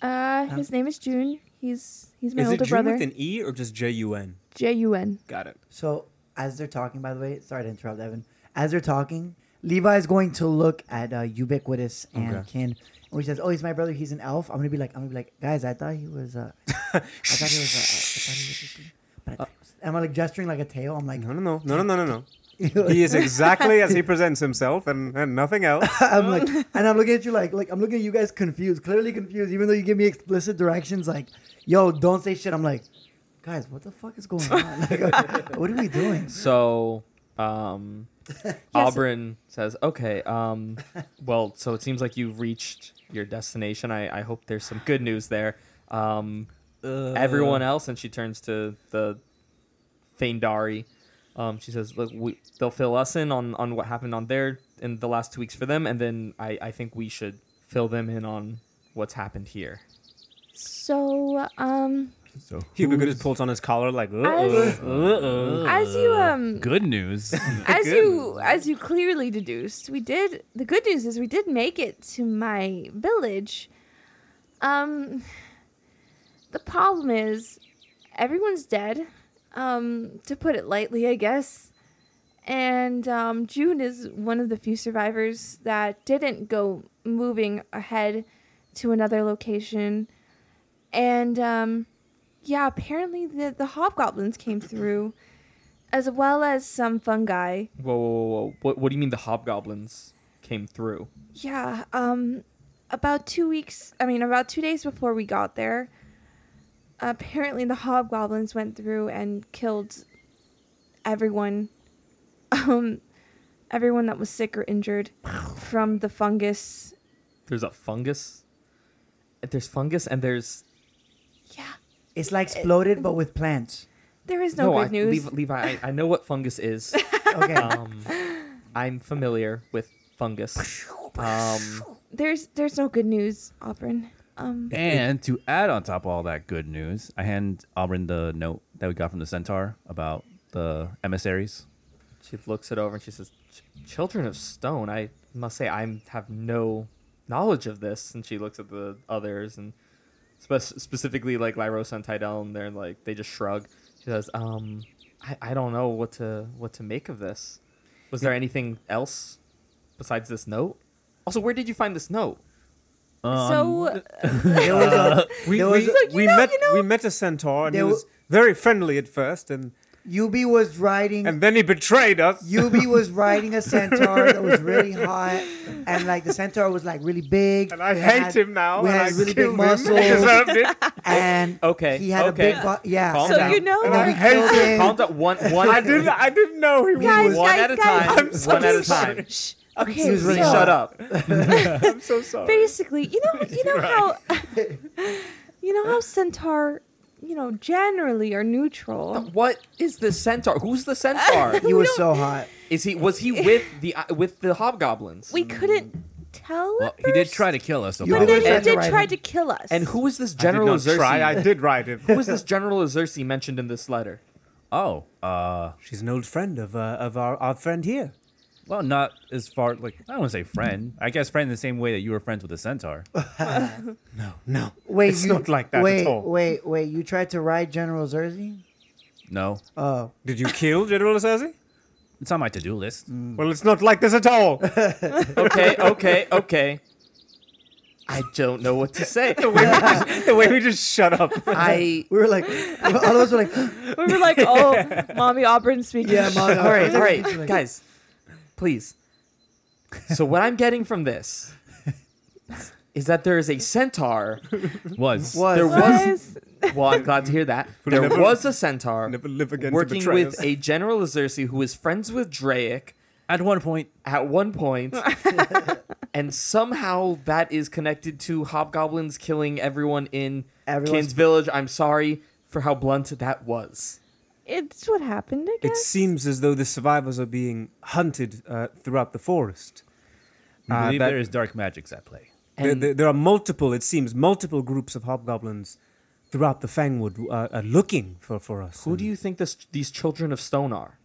Speaker 5: Uh, his name is June. He's he's my
Speaker 4: Is it
Speaker 5: older
Speaker 4: June
Speaker 5: brother.
Speaker 4: with an E or just J U N?
Speaker 5: J U N.
Speaker 4: Got it.
Speaker 2: So as they're talking, by the way, sorry to interrupt, Evan. As they're talking, Levi's going to look at uh, ubiquitous and
Speaker 4: Okay.
Speaker 2: Kin, and he says, "Oh, he's my brother. He's an elf." I'm gonna be like, "I'm gonna be like, guys, I thought he was. Uh, I thought he was. Uh, I thought he was." a- But I thought he was am I like gesturing like a tail? I'm like,
Speaker 4: No, no, no, no, no, no, no. no. he is exactly as he presents himself and, and nothing else.
Speaker 2: I'm like, and I'm looking at you like, like I'm looking at you guys confused, clearly confused, even though you give me explicit directions like, "Yo, don't say shit." I'm like, guys, what the fuck is going on? Like, what are we doing?
Speaker 1: So, um, Auburn says, okay, um, well, so it seems like you've reached your destination. I, I hope there's some good news there. Um, everyone else, and she turns to the Feindari. Um, she says, look, we, they'll fill us in on, on what happened on there in the last two weeks for them, and then I, I think we should fill them in on what's happened here.
Speaker 5: So, um,
Speaker 6: So
Speaker 4: Cuba Gooding pulls on his collar like, uh
Speaker 5: As-
Speaker 4: oh,
Speaker 5: as you um,
Speaker 8: Good news.
Speaker 5: as you as you clearly deduced, we did. The good news is we did make it to my village. Um, the problem is everyone's dead. Um, to put it lightly, I guess. And um, June is one of the few survivors that didn't go moving ahead to another location. And um, yeah, apparently the the hobgoblins came through, as well as some fungi.
Speaker 1: Whoa, whoa, whoa, whoa. What, what do you mean the hobgoblins came through?
Speaker 5: Yeah, um about 2 weeks, I mean about 2 days before we got there, apparently the hobgoblins went through and killed everyone um everyone that was sick or injured from the fungus.
Speaker 1: There's a fungus. There's fungus and there's
Speaker 5: Yeah,
Speaker 2: It's like exploded, but with plants.
Speaker 5: there is no,
Speaker 1: I,
Speaker 5: good news.
Speaker 1: Levi, Levi I, I know what fungus is.
Speaker 2: Okay.
Speaker 1: um, I'm familiar with fungus. Um,
Speaker 5: There's there's no good news, Auburn. Um
Speaker 6: And to add on top of all that good news, I hand Auburn the note that we got from the centaur about the emissaries.
Speaker 1: she looks it over and she says, "Ch- "Children of Stone. I must say I have no knowledge of this." And she looks at the others and spe- specifically like Lyros and Tidal, and they're like they just shrug. She says, "Um, I, I don't know what to what to make of this. Was there anything else besides this note? Also, where did you find this note?"
Speaker 6: Uh,
Speaker 5: so
Speaker 2: There was a,
Speaker 4: We,
Speaker 2: there
Speaker 4: we,
Speaker 2: was a,
Speaker 4: we
Speaker 5: know,
Speaker 4: met
Speaker 5: you know.
Speaker 4: we met a centaur and he
Speaker 2: There wa-
Speaker 4: was very friendly at first and
Speaker 2: Yubi was riding
Speaker 4: and then he betrayed us.
Speaker 2: Yubi was riding a centaur that was really hot, and like the centaur was like really big.
Speaker 4: and I
Speaker 2: It
Speaker 4: hate
Speaker 2: had-
Speaker 4: him now.
Speaker 2: We
Speaker 4: and
Speaker 2: had
Speaker 4: I
Speaker 2: really big
Speaker 4: killed him.
Speaker 2: muscles,
Speaker 4: He deserved it.
Speaker 2: and
Speaker 1: Okay,
Speaker 2: he had
Speaker 1: okay.
Speaker 2: a big, bu- yeah.
Speaker 1: Calm
Speaker 5: So
Speaker 1: down.
Speaker 5: you know
Speaker 2: and then we
Speaker 4: I hate
Speaker 2: killed
Speaker 4: you.
Speaker 2: him.
Speaker 1: Calm down. One, one.
Speaker 4: I didn't I didn't know he
Speaker 5: guys,
Speaker 4: was.
Speaker 1: One
Speaker 5: guys,
Speaker 1: at a
Speaker 5: guys.
Speaker 1: time. I'm so One at a sorry. time.
Speaker 5: Shh. Okay,
Speaker 2: He was really
Speaker 5: so-
Speaker 2: hot.
Speaker 1: Shut up.
Speaker 4: I'm so sorry.
Speaker 5: basically, you know, you know how, you know how centaur, you know, generally are neutral.
Speaker 1: What is the centaur? Who's the centaur?
Speaker 2: He was so hot.
Speaker 1: Is he was he with the uh, with the hobgoblins?
Speaker 5: We couldn't tell.
Speaker 6: Well,
Speaker 5: at
Speaker 6: he did
Speaker 5: first,
Speaker 6: try to kill us.
Speaker 5: but
Speaker 2: did
Speaker 5: then
Speaker 2: try
Speaker 5: he
Speaker 2: to
Speaker 5: did
Speaker 2: ride
Speaker 5: try
Speaker 2: him.
Speaker 5: to kill us.
Speaker 1: and who is this
Speaker 4: I did
Speaker 1: General
Speaker 4: not
Speaker 1: Azersi?
Speaker 4: try. I did ride him.
Speaker 1: Who is this General Azersi mentioned in this letter?
Speaker 6: oh, uh,
Speaker 4: She's an old friend of uh, of our, our friend here.
Speaker 6: well, not as far. Like I don't want to say friend. I guess friend in the same way that you were friends with the centaur.
Speaker 4: No, no.
Speaker 2: Wait,
Speaker 4: it's
Speaker 2: you,
Speaker 4: not like that
Speaker 2: wait,
Speaker 4: at all.
Speaker 2: Wait, wait, you tried to ride General Zerzy?
Speaker 6: No,
Speaker 2: Oh,
Speaker 4: Did you kill General Azersi?
Speaker 6: it's on my to-do list.
Speaker 5: Mm-hmm.
Speaker 4: Well, it's not like this at all.
Speaker 1: Okay, okay, okay. I don't know what to say.
Speaker 4: the way we just shut up.
Speaker 1: I
Speaker 2: we were like, all of us were like,
Speaker 5: we were like, "Oh, mommy Auburn speaking."
Speaker 2: yeah, mom.
Speaker 1: all right, all right, guys, please. So what I'm getting from this is that there is a centaur.
Speaker 6: Was
Speaker 2: Was
Speaker 1: There
Speaker 5: Was-
Speaker 1: Well, I'm glad to hear that there
Speaker 4: never-
Speaker 1: was a centaur
Speaker 4: Never live again to
Speaker 1: working
Speaker 4: betray
Speaker 1: with
Speaker 4: us.
Speaker 1: a General Azersi who is friends with Draic.
Speaker 6: at one point.
Speaker 1: at one point, and somehow that is connected to hobgoblins killing everyone in
Speaker 2: Everyone's-
Speaker 1: Kin's village. I'm sorry for how blunt that was.
Speaker 5: it's what happened. I
Speaker 4: It
Speaker 5: guess.
Speaker 4: seems as though the survivors are being hunted uh, throughout the forest.
Speaker 6: You
Speaker 4: Uh,
Speaker 6: believe
Speaker 4: that-
Speaker 6: there is dark magics at play.
Speaker 4: There,
Speaker 1: And-
Speaker 4: there, there are multiple, it seems, multiple groups of hobgoblins throughout the Fangwood uh, are looking for, for us.
Speaker 1: Who do you think this, these children of stone are?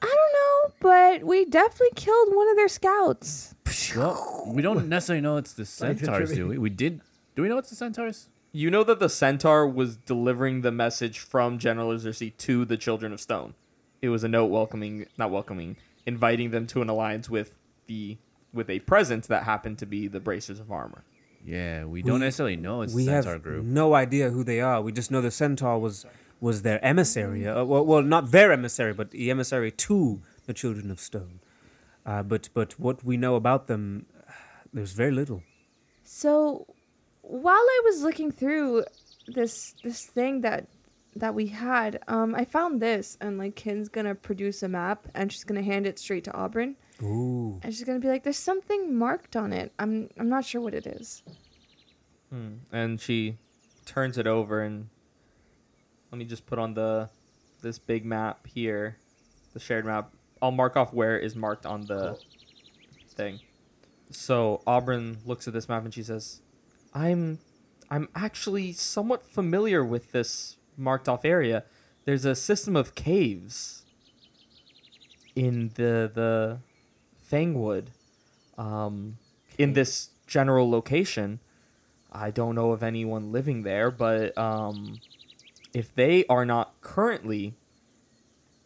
Speaker 5: I don't know, but we definitely killed one of their scouts.
Speaker 6: Well, we don't necessarily know it's the centaurs, do we? We did. Do we know it's the centaurs?
Speaker 1: You know that the centaur was delivering the message from General Azersi to the children of stone. It was a note welcoming, not welcoming, inviting them to an alliance with the with a present that happened to be the bracers of armor.
Speaker 6: Yeah, we don't necessarily know it's
Speaker 4: we
Speaker 6: the
Speaker 4: have
Speaker 6: centaur group.
Speaker 4: no idea who they are. We just know the centaur was was their emissary. Uh, well, well, not their emissary, but the emissary to the Children of Stone. Uh, but but what we know about them, there's very little.
Speaker 5: So, while I was looking through this this thing that that we had, um, I found this, and like Kin's gonna produce a map, and she's gonna hand it straight to Auburn,
Speaker 4: Ooh,
Speaker 5: and she's gonna be like, "There's something marked on it. I'm I'm not sure what it is."
Speaker 1: Hmm. and she turns it over and let me just put on the this big map here the shared map i'll mark off where is marked on the thing so auburn looks at this map and she says I'm I'm actually somewhat familiar with this marked off area. There's a system of caves in the the Fangwood um in this general location. I don't know of anyone living there, but um if they are not currently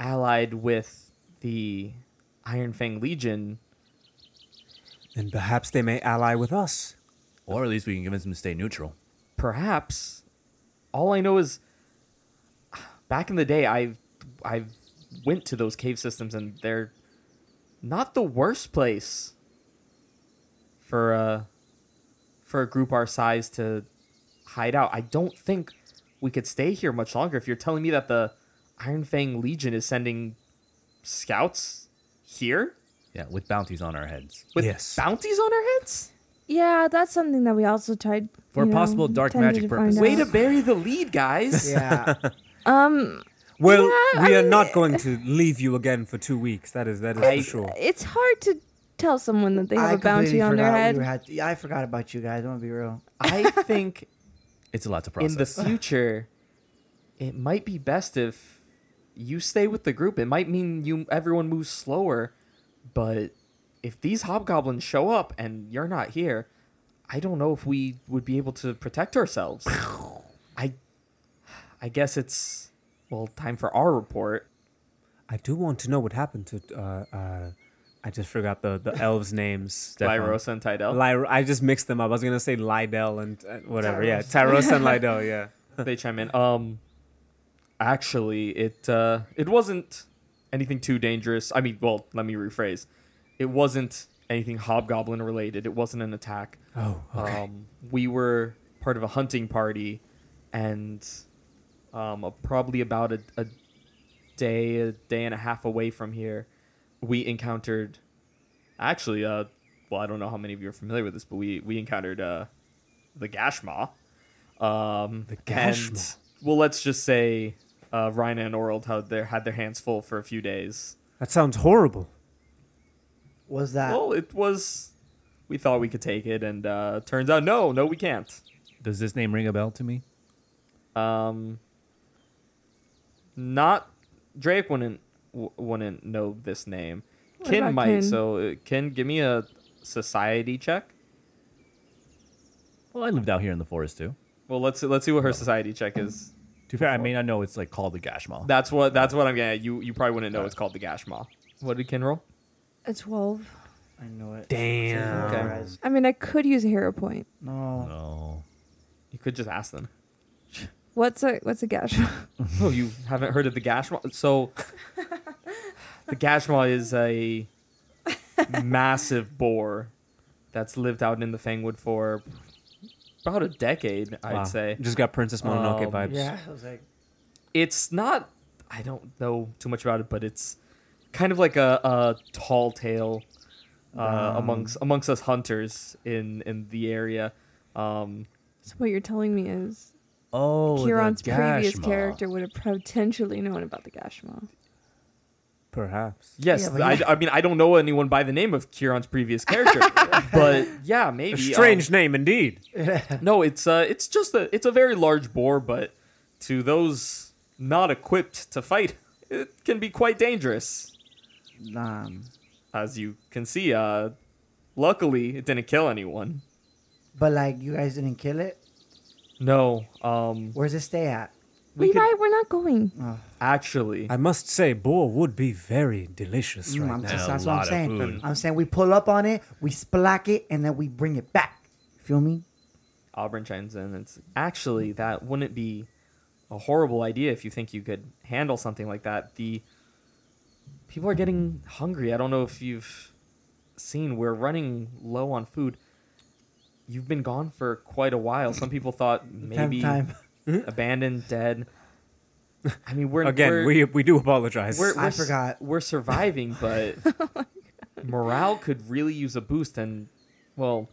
Speaker 1: allied with the Iron Fang Legion,
Speaker 4: Then perhaps they may ally with us.
Speaker 6: Or at least we can convince them to stay neutral.
Speaker 1: perhaps all I know is back in the day I've I've went to those cave systems and they're not the worst place for a for a group our size to hide out. I don't think we could stay here much longer if you're telling me that the Iron Fang Legion is sending scouts here
Speaker 6: Yeah, with bounties on our heads.
Speaker 1: with
Speaker 4: Yes.
Speaker 1: bounties on our heads?
Speaker 5: Yeah, that's something that we also tried
Speaker 6: For
Speaker 5: you know,
Speaker 6: possible dark
Speaker 5: tended
Speaker 6: magic
Speaker 5: to find
Speaker 6: purposes.
Speaker 5: out.
Speaker 1: Way to bury the lead, guys.
Speaker 2: Yeah.
Speaker 5: Um,
Speaker 4: Well,
Speaker 5: Yeah,
Speaker 4: we
Speaker 5: I
Speaker 4: are
Speaker 5: mean- eh.
Speaker 4: not going to leave you again for two weeks. That is that is
Speaker 1: I-
Speaker 4: for sure.
Speaker 5: it's hard to tell someone that they have
Speaker 2: I
Speaker 5: a bounty
Speaker 2: completely
Speaker 5: on their
Speaker 2: forgot we
Speaker 5: head.
Speaker 2: were had- yeah, I forgot about you guys. I'm gonna be real.
Speaker 1: I think
Speaker 6: It's a lot to process.
Speaker 1: in the future, it might be best if you stay with the group. It might mean you everyone moves slower, but if these hobgoblins show up and you're not here, I don't know if we would be able to protect ourselves. I I guess it's well, time for our report.
Speaker 4: I do want to know what happened to. Uh, uh, I just forgot the the elves' names.
Speaker 6: Stefan.
Speaker 1: Lyros and Tidel.
Speaker 4: Lyra, I just mixed them up. I was gonna say Lydell and uh, whatever. Yeah, Tyros and Lydell. Yeah.
Speaker 1: they chime in. Um, actually, it uh, it wasn't anything too dangerous. I mean, well, let me rephrase. It wasn't anything hobgoblin related. It wasn't an attack.
Speaker 4: Oh,
Speaker 1: Um, we were part of a hunting party, and um, a- probably about a, a day, a day and a half away from here, we encountered. Actually, uh, well, I don't know how many of you are familiar with this, but we we encountered uh, the Gashma. Um,
Speaker 4: The
Speaker 1: and-
Speaker 4: Gashma.
Speaker 1: well, let's just say uh, Rhina and Orald had their had their hands full for a few days.
Speaker 4: that sounds horrible.
Speaker 2: Was
Speaker 4: Uh,
Speaker 2: that?
Speaker 1: Well, it was. We thought we could take it, and uh, turns out no, no, we can't.
Speaker 6: Does this name ring a bell to me?
Speaker 1: Um, not Drake wouldn't w- wouldn't know this name.
Speaker 5: What
Speaker 1: Kin
Speaker 5: about
Speaker 1: might.
Speaker 5: Kin?
Speaker 1: So uh, Kin, give me a society check.
Speaker 6: Well, I lived out here in the forest too.
Speaker 1: Well, let's let's see what her society check is.
Speaker 6: To be fair, I mean, I know it's like called the Gashmal.
Speaker 1: That's what that's what I'm getting. At. You you probably wouldn't know. It's called the Gashma. What did Kin roll?
Speaker 5: A twelve.
Speaker 2: I know it.
Speaker 4: Damn.
Speaker 1: Okay.
Speaker 2: Alright.
Speaker 5: I mean, I could use a hero point.
Speaker 2: No.
Speaker 6: no.
Speaker 1: You could just ask them.
Speaker 5: What's a what's a gash?
Speaker 1: Oh, you haven't heard of the Gashma? So, the Gashma is a massive boar that's lived out in the Fangwood for about a decade, I'd
Speaker 4: Wow.
Speaker 1: say.
Speaker 4: Just got Princess Mononoke
Speaker 1: Um,
Speaker 4: vibes.
Speaker 2: Yeah, I was like,
Speaker 1: It's not, I don't know too much about it, but it's kind of like a, a tall tale uh,
Speaker 2: Um,
Speaker 1: amongst amongst us hunters in, in the area. Um,
Speaker 5: so what you're telling me is
Speaker 6: Oh,
Speaker 5: Kieran's
Speaker 6: the
Speaker 5: previous
Speaker 6: Gashma.
Speaker 5: character would have potentially known about the Gashma.
Speaker 4: Perhaps.
Speaker 1: yes,
Speaker 2: Yeah, but
Speaker 1: I, I mean, I don't know anyone by the name of Kieran's previous character, but yeah,
Speaker 4: A
Speaker 1: maybe. um,
Speaker 4: strange name indeed.
Speaker 1: No, it's uh, it's just a it's a very large boar, but to those not equipped to fight, it can be quite dangerous.
Speaker 2: um,
Speaker 1: As you can see, uh, luckily it didn't kill anyone.
Speaker 2: but like you guys didn't kill it.
Speaker 1: No, um,
Speaker 2: Where's it stay at?
Speaker 1: we could
Speaker 5: Levi, we're not going.
Speaker 1: actually.
Speaker 4: I must say, boar would be very delicious
Speaker 2: Mm,
Speaker 4: right
Speaker 2: I'm
Speaker 4: now.
Speaker 2: just-
Speaker 6: A
Speaker 2: that's what I'm
Speaker 6: lot of
Speaker 2: saying.
Speaker 6: food.
Speaker 2: I'm saying we pull up on it, we splack it, and then we bring it back. Feel me?
Speaker 1: Auburn chimes in. It's actually that wouldn't be a horrible idea if you think you could handle something like that. The people are getting hungry. I don't know if you've seen. We're running low on food. You've been gone for quite a while. Some people thought maybe
Speaker 2: time.
Speaker 1: abandoned, dead. I mean, we're
Speaker 4: Again,
Speaker 1: we're-
Speaker 4: we we do apologize.
Speaker 1: we're,
Speaker 2: I
Speaker 1: we're s-
Speaker 2: forgot. Oh
Speaker 1: We're surviving, but morale could really use a boost, and well,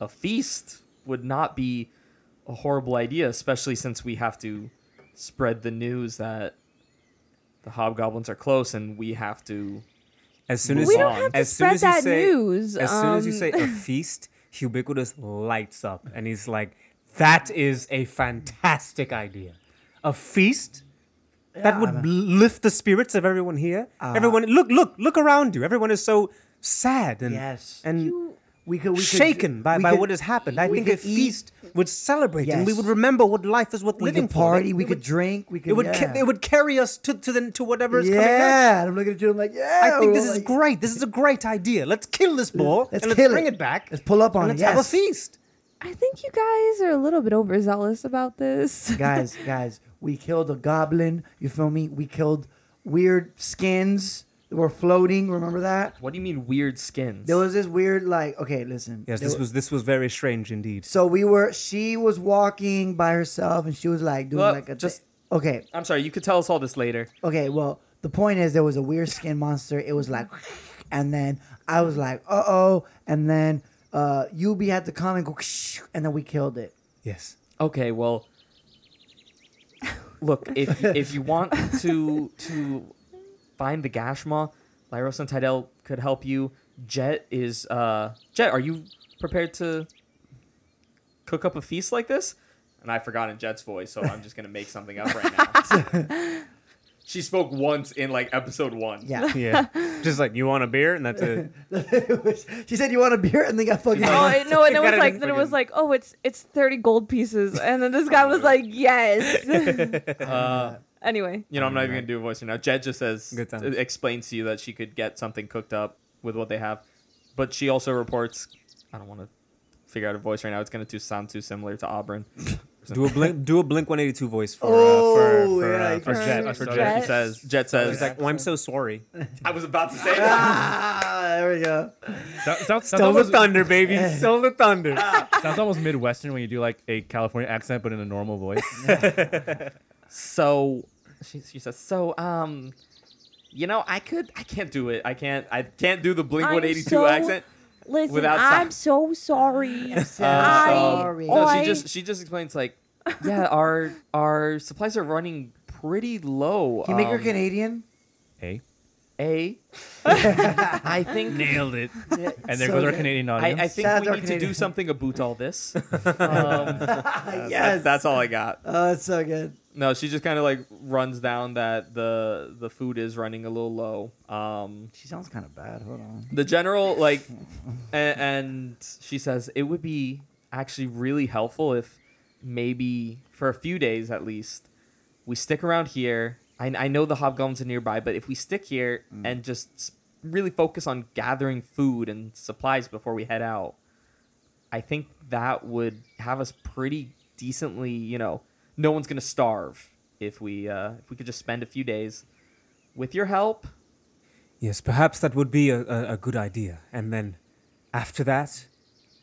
Speaker 1: a feast would not be a horrible idea, especially since we have to spread the news that the hobgoblins are close, and we have to.
Speaker 4: as soon
Speaker 1: We
Speaker 4: as
Speaker 1: don't have to
Speaker 4: as soon
Speaker 5: spread
Speaker 4: as you
Speaker 5: that
Speaker 4: say,
Speaker 5: news,
Speaker 4: As soon as you
Speaker 5: um,
Speaker 4: say a feast, Ubiquitous lights up and he's like, "That is a fantastic idea, a feast." That would bl- lift the spirits of everyone here.
Speaker 2: Uh.
Speaker 4: everyone, look, look, look around you. Everyone is so sad and
Speaker 2: Yes.
Speaker 4: and
Speaker 2: we could we could-
Speaker 4: shaken by,
Speaker 2: we
Speaker 4: by
Speaker 2: could-
Speaker 4: what has happened. I
Speaker 2: we
Speaker 4: think a
Speaker 2: could eat,
Speaker 4: feast would celebrate, and we
Speaker 2: Yes.
Speaker 4: would remember what life is worth
Speaker 2: We
Speaker 4: living
Speaker 2: could party.
Speaker 4: for.
Speaker 2: We
Speaker 4: It
Speaker 2: could
Speaker 4: would-
Speaker 2: drink. We could.
Speaker 4: It would
Speaker 2: Yeah.
Speaker 4: ca- it would carry us to to the to whatever is coming next.
Speaker 2: yeah. And I'm looking at you. I'm like, yeah.
Speaker 4: I think
Speaker 2: we're
Speaker 4: this is
Speaker 2: like-
Speaker 4: great. This is a great idea. Let's kill this ball
Speaker 2: Let's
Speaker 4: and
Speaker 2: kill
Speaker 4: let's bring
Speaker 2: it.
Speaker 4: it. back.
Speaker 2: Let's pull up
Speaker 4: and
Speaker 2: on it,
Speaker 4: Let's have a
Speaker 2: yes.
Speaker 4: feast.
Speaker 5: I think you guys are a little bit overzealous about this.
Speaker 2: guys, guys, we killed a goblin. You feel me? We killed weird skins that were floating. Remember that?
Speaker 1: What do you mean weird skins?
Speaker 2: There was this weird, like, okay, listen.
Speaker 4: Yes,
Speaker 2: There
Speaker 4: this was this was very strange indeed.
Speaker 2: So we were. She was walking by herself, and she was like doing
Speaker 1: Well,
Speaker 2: like a
Speaker 1: just-
Speaker 2: just. okay,
Speaker 1: I'm sorry, you could tell us all this later.
Speaker 2: okay. Well, the point is, there was a weird skin monster. It was like, and then I was like, uh oh, and then uh, Yubi had to come and go, and then we killed it.
Speaker 4: Yes.
Speaker 1: Okay, well, look if if you want to to find the Gashma, Lyros and Tidel could help you. Jet is uh Jet. Are you prepared to cook up a feast like this? And I've forgotten Jet's voice, so I'm just gonna make something up right now. she spoke once in like episode one.
Speaker 2: Yeah.
Speaker 4: Yeah. Just like you want a beer and that's it.
Speaker 2: she said, "You want a beer?" And they got fucking.
Speaker 5: Oh it, no! And it
Speaker 4: Gotta
Speaker 5: was
Speaker 4: do
Speaker 5: like then it was
Speaker 4: friggin-
Speaker 5: like oh it's it's thirty gold pieces, and then this guy was like yes.
Speaker 1: Uh,
Speaker 5: anyway,
Speaker 1: you know, I'm not even gonna do a voice right now. Jet just says
Speaker 4: Good times.
Speaker 1: it explains to you that she could get something cooked up with what they have, but she also reports. I don't want to figure out a voice right now. It's gonna do sound too similar to Auburn.
Speaker 4: Do a blink do a blink one eighty two voice for uh,
Speaker 2: Oh,
Speaker 4: for for,
Speaker 2: yeah,
Speaker 4: uh,
Speaker 2: you
Speaker 4: for
Speaker 5: can-
Speaker 4: Jet.
Speaker 5: For
Speaker 4: For
Speaker 1: Jet,
Speaker 4: Jet.
Speaker 1: she says. Jet says.
Speaker 4: He's like, oh, I'm so sorry.
Speaker 1: I was about to say that.
Speaker 2: Ah, there we go.
Speaker 6: Sounds, sounds, sounds,
Speaker 4: Still the
Speaker 6: almost,
Speaker 4: thunder, baby. Still the thunder.
Speaker 6: sounds almost Midwestern when you do like a California accent, but in a normal voice.
Speaker 1: So she, she says. So um, you know, I could. I can't do it. I can't. I can't do the Blink
Speaker 5: I'm
Speaker 1: 182
Speaker 5: so
Speaker 1: accent.
Speaker 5: listen,
Speaker 1: Without si-
Speaker 5: I'm so sorry.
Speaker 1: Uh,
Speaker 2: sorry.
Speaker 1: No, she
Speaker 5: I-
Speaker 1: just she just explains like, yeah, our our supplies are running pretty low.
Speaker 2: Can you make her
Speaker 1: um,
Speaker 2: Canadian?
Speaker 6: hey,
Speaker 1: A. I think
Speaker 6: nailed it. And
Speaker 2: So
Speaker 6: there goes our
Speaker 2: good.
Speaker 6: Canadian
Speaker 1: I,
Speaker 6: audience.
Speaker 1: I think
Speaker 2: That's
Speaker 1: we
Speaker 2: our
Speaker 1: need to
Speaker 2: Canadian.
Speaker 1: do something about all this. Um, that's, that's all I got.
Speaker 2: Oh, it's so good.
Speaker 1: No, she just kind of like runs down that the the food is running a little low. Um,
Speaker 2: She sounds kind of bad. Hold on.
Speaker 1: the general like, and, and she says it would be actually really helpful if maybe for a few days at least we stick around here. I, I know the hobgoblins are nearby, but if we stick here and just s- really focus on gathering food and supplies before we head out, I think that would have us pretty decently. You know, no one's gonna starve if we uh, if we could just spend a few days with your help.
Speaker 4: Yes, perhaps that would be a, a, a good idea. And then after that,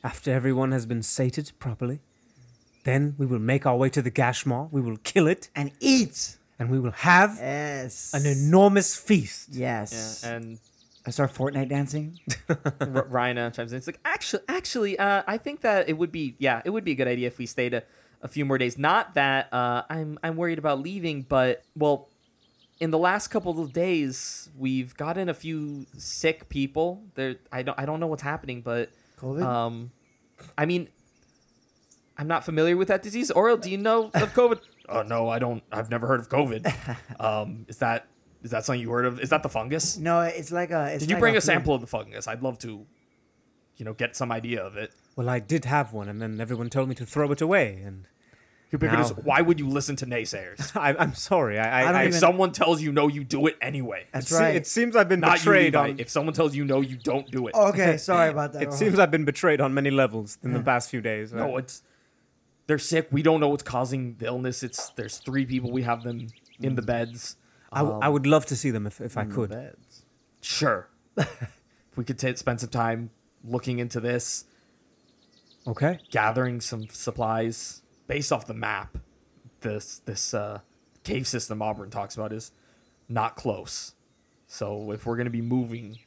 Speaker 4: after everyone has been sated properly, then we will make our way to the Gashmaw, we will kill it,
Speaker 2: And eat.
Speaker 4: and we will have
Speaker 2: Yes.
Speaker 4: an enormous feast.
Speaker 2: Yes.
Speaker 1: and
Speaker 2: I start Fortnite dancing.
Speaker 1: R- Rhina chimes in. It's like actually, actually, uh, I think that it would be yeah, it would be a good idea if we stayed a, a few more days. Not that uh, I'm I'm worried about leaving, but well, in the last couple of days we've gotten a few sick people. There, I don't I don't know what's happening, but
Speaker 4: Uh,
Speaker 2: COVID?
Speaker 1: um, I mean, I'm not familiar with that disease. Oral, do you know of COVID? oh no, I don't. I've never heard of COVID. um, is that is that something you heard of? Is that the fungus?
Speaker 2: No, it's like a. It's
Speaker 1: Did you
Speaker 2: like
Speaker 1: bring a
Speaker 2: flu.
Speaker 1: sample of the fungus? I'd love to, you know, get some idea of it.
Speaker 4: Well, I did have one, and then everyone told me to throw it away, and
Speaker 1: Ubiquitous,
Speaker 4: Now-
Speaker 1: why would you listen to naysayers?
Speaker 4: I, I'm sorry. I, I,
Speaker 2: I don't
Speaker 4: I-
Speaker 1: if
Speaker 2: even-
Speaker 1: someone tells you no, you do it anyway.
Speaker 4: it,
Speaker 2: That's
Speaker 4: se-
Speaker 2: right.
Speaker 4: it seems I've been
Speaker 1: Not you,
Speaker 4: betrayed
Speaker 1: Levi.
Speaker 4: on.
Speaker 1: If someone tells you no, you don't do it.
Speaker 2: okay, sorry about that.
Speaker 4: it seems I've been betrayed on many levels in the past few days.
Speaker 1: No, it's they're sick. We don't know what's causing the illness. It's there's three people. We have them in the beds.
Speaker 4: I, w-
Speaker 1: um,
Speaker 4: I would love to see them if, if I
Speaker 2: Mm,
Speaker 4: could.
Speaker 2: Beds.
Speaker 1: Sure, if we could ta spend some time looking into this,
Speaker 4: Okay.
Speaker 1: gathering some supplies based off the map. This this uh, cave system Auburn talks about is not close. So if we're gonna be moving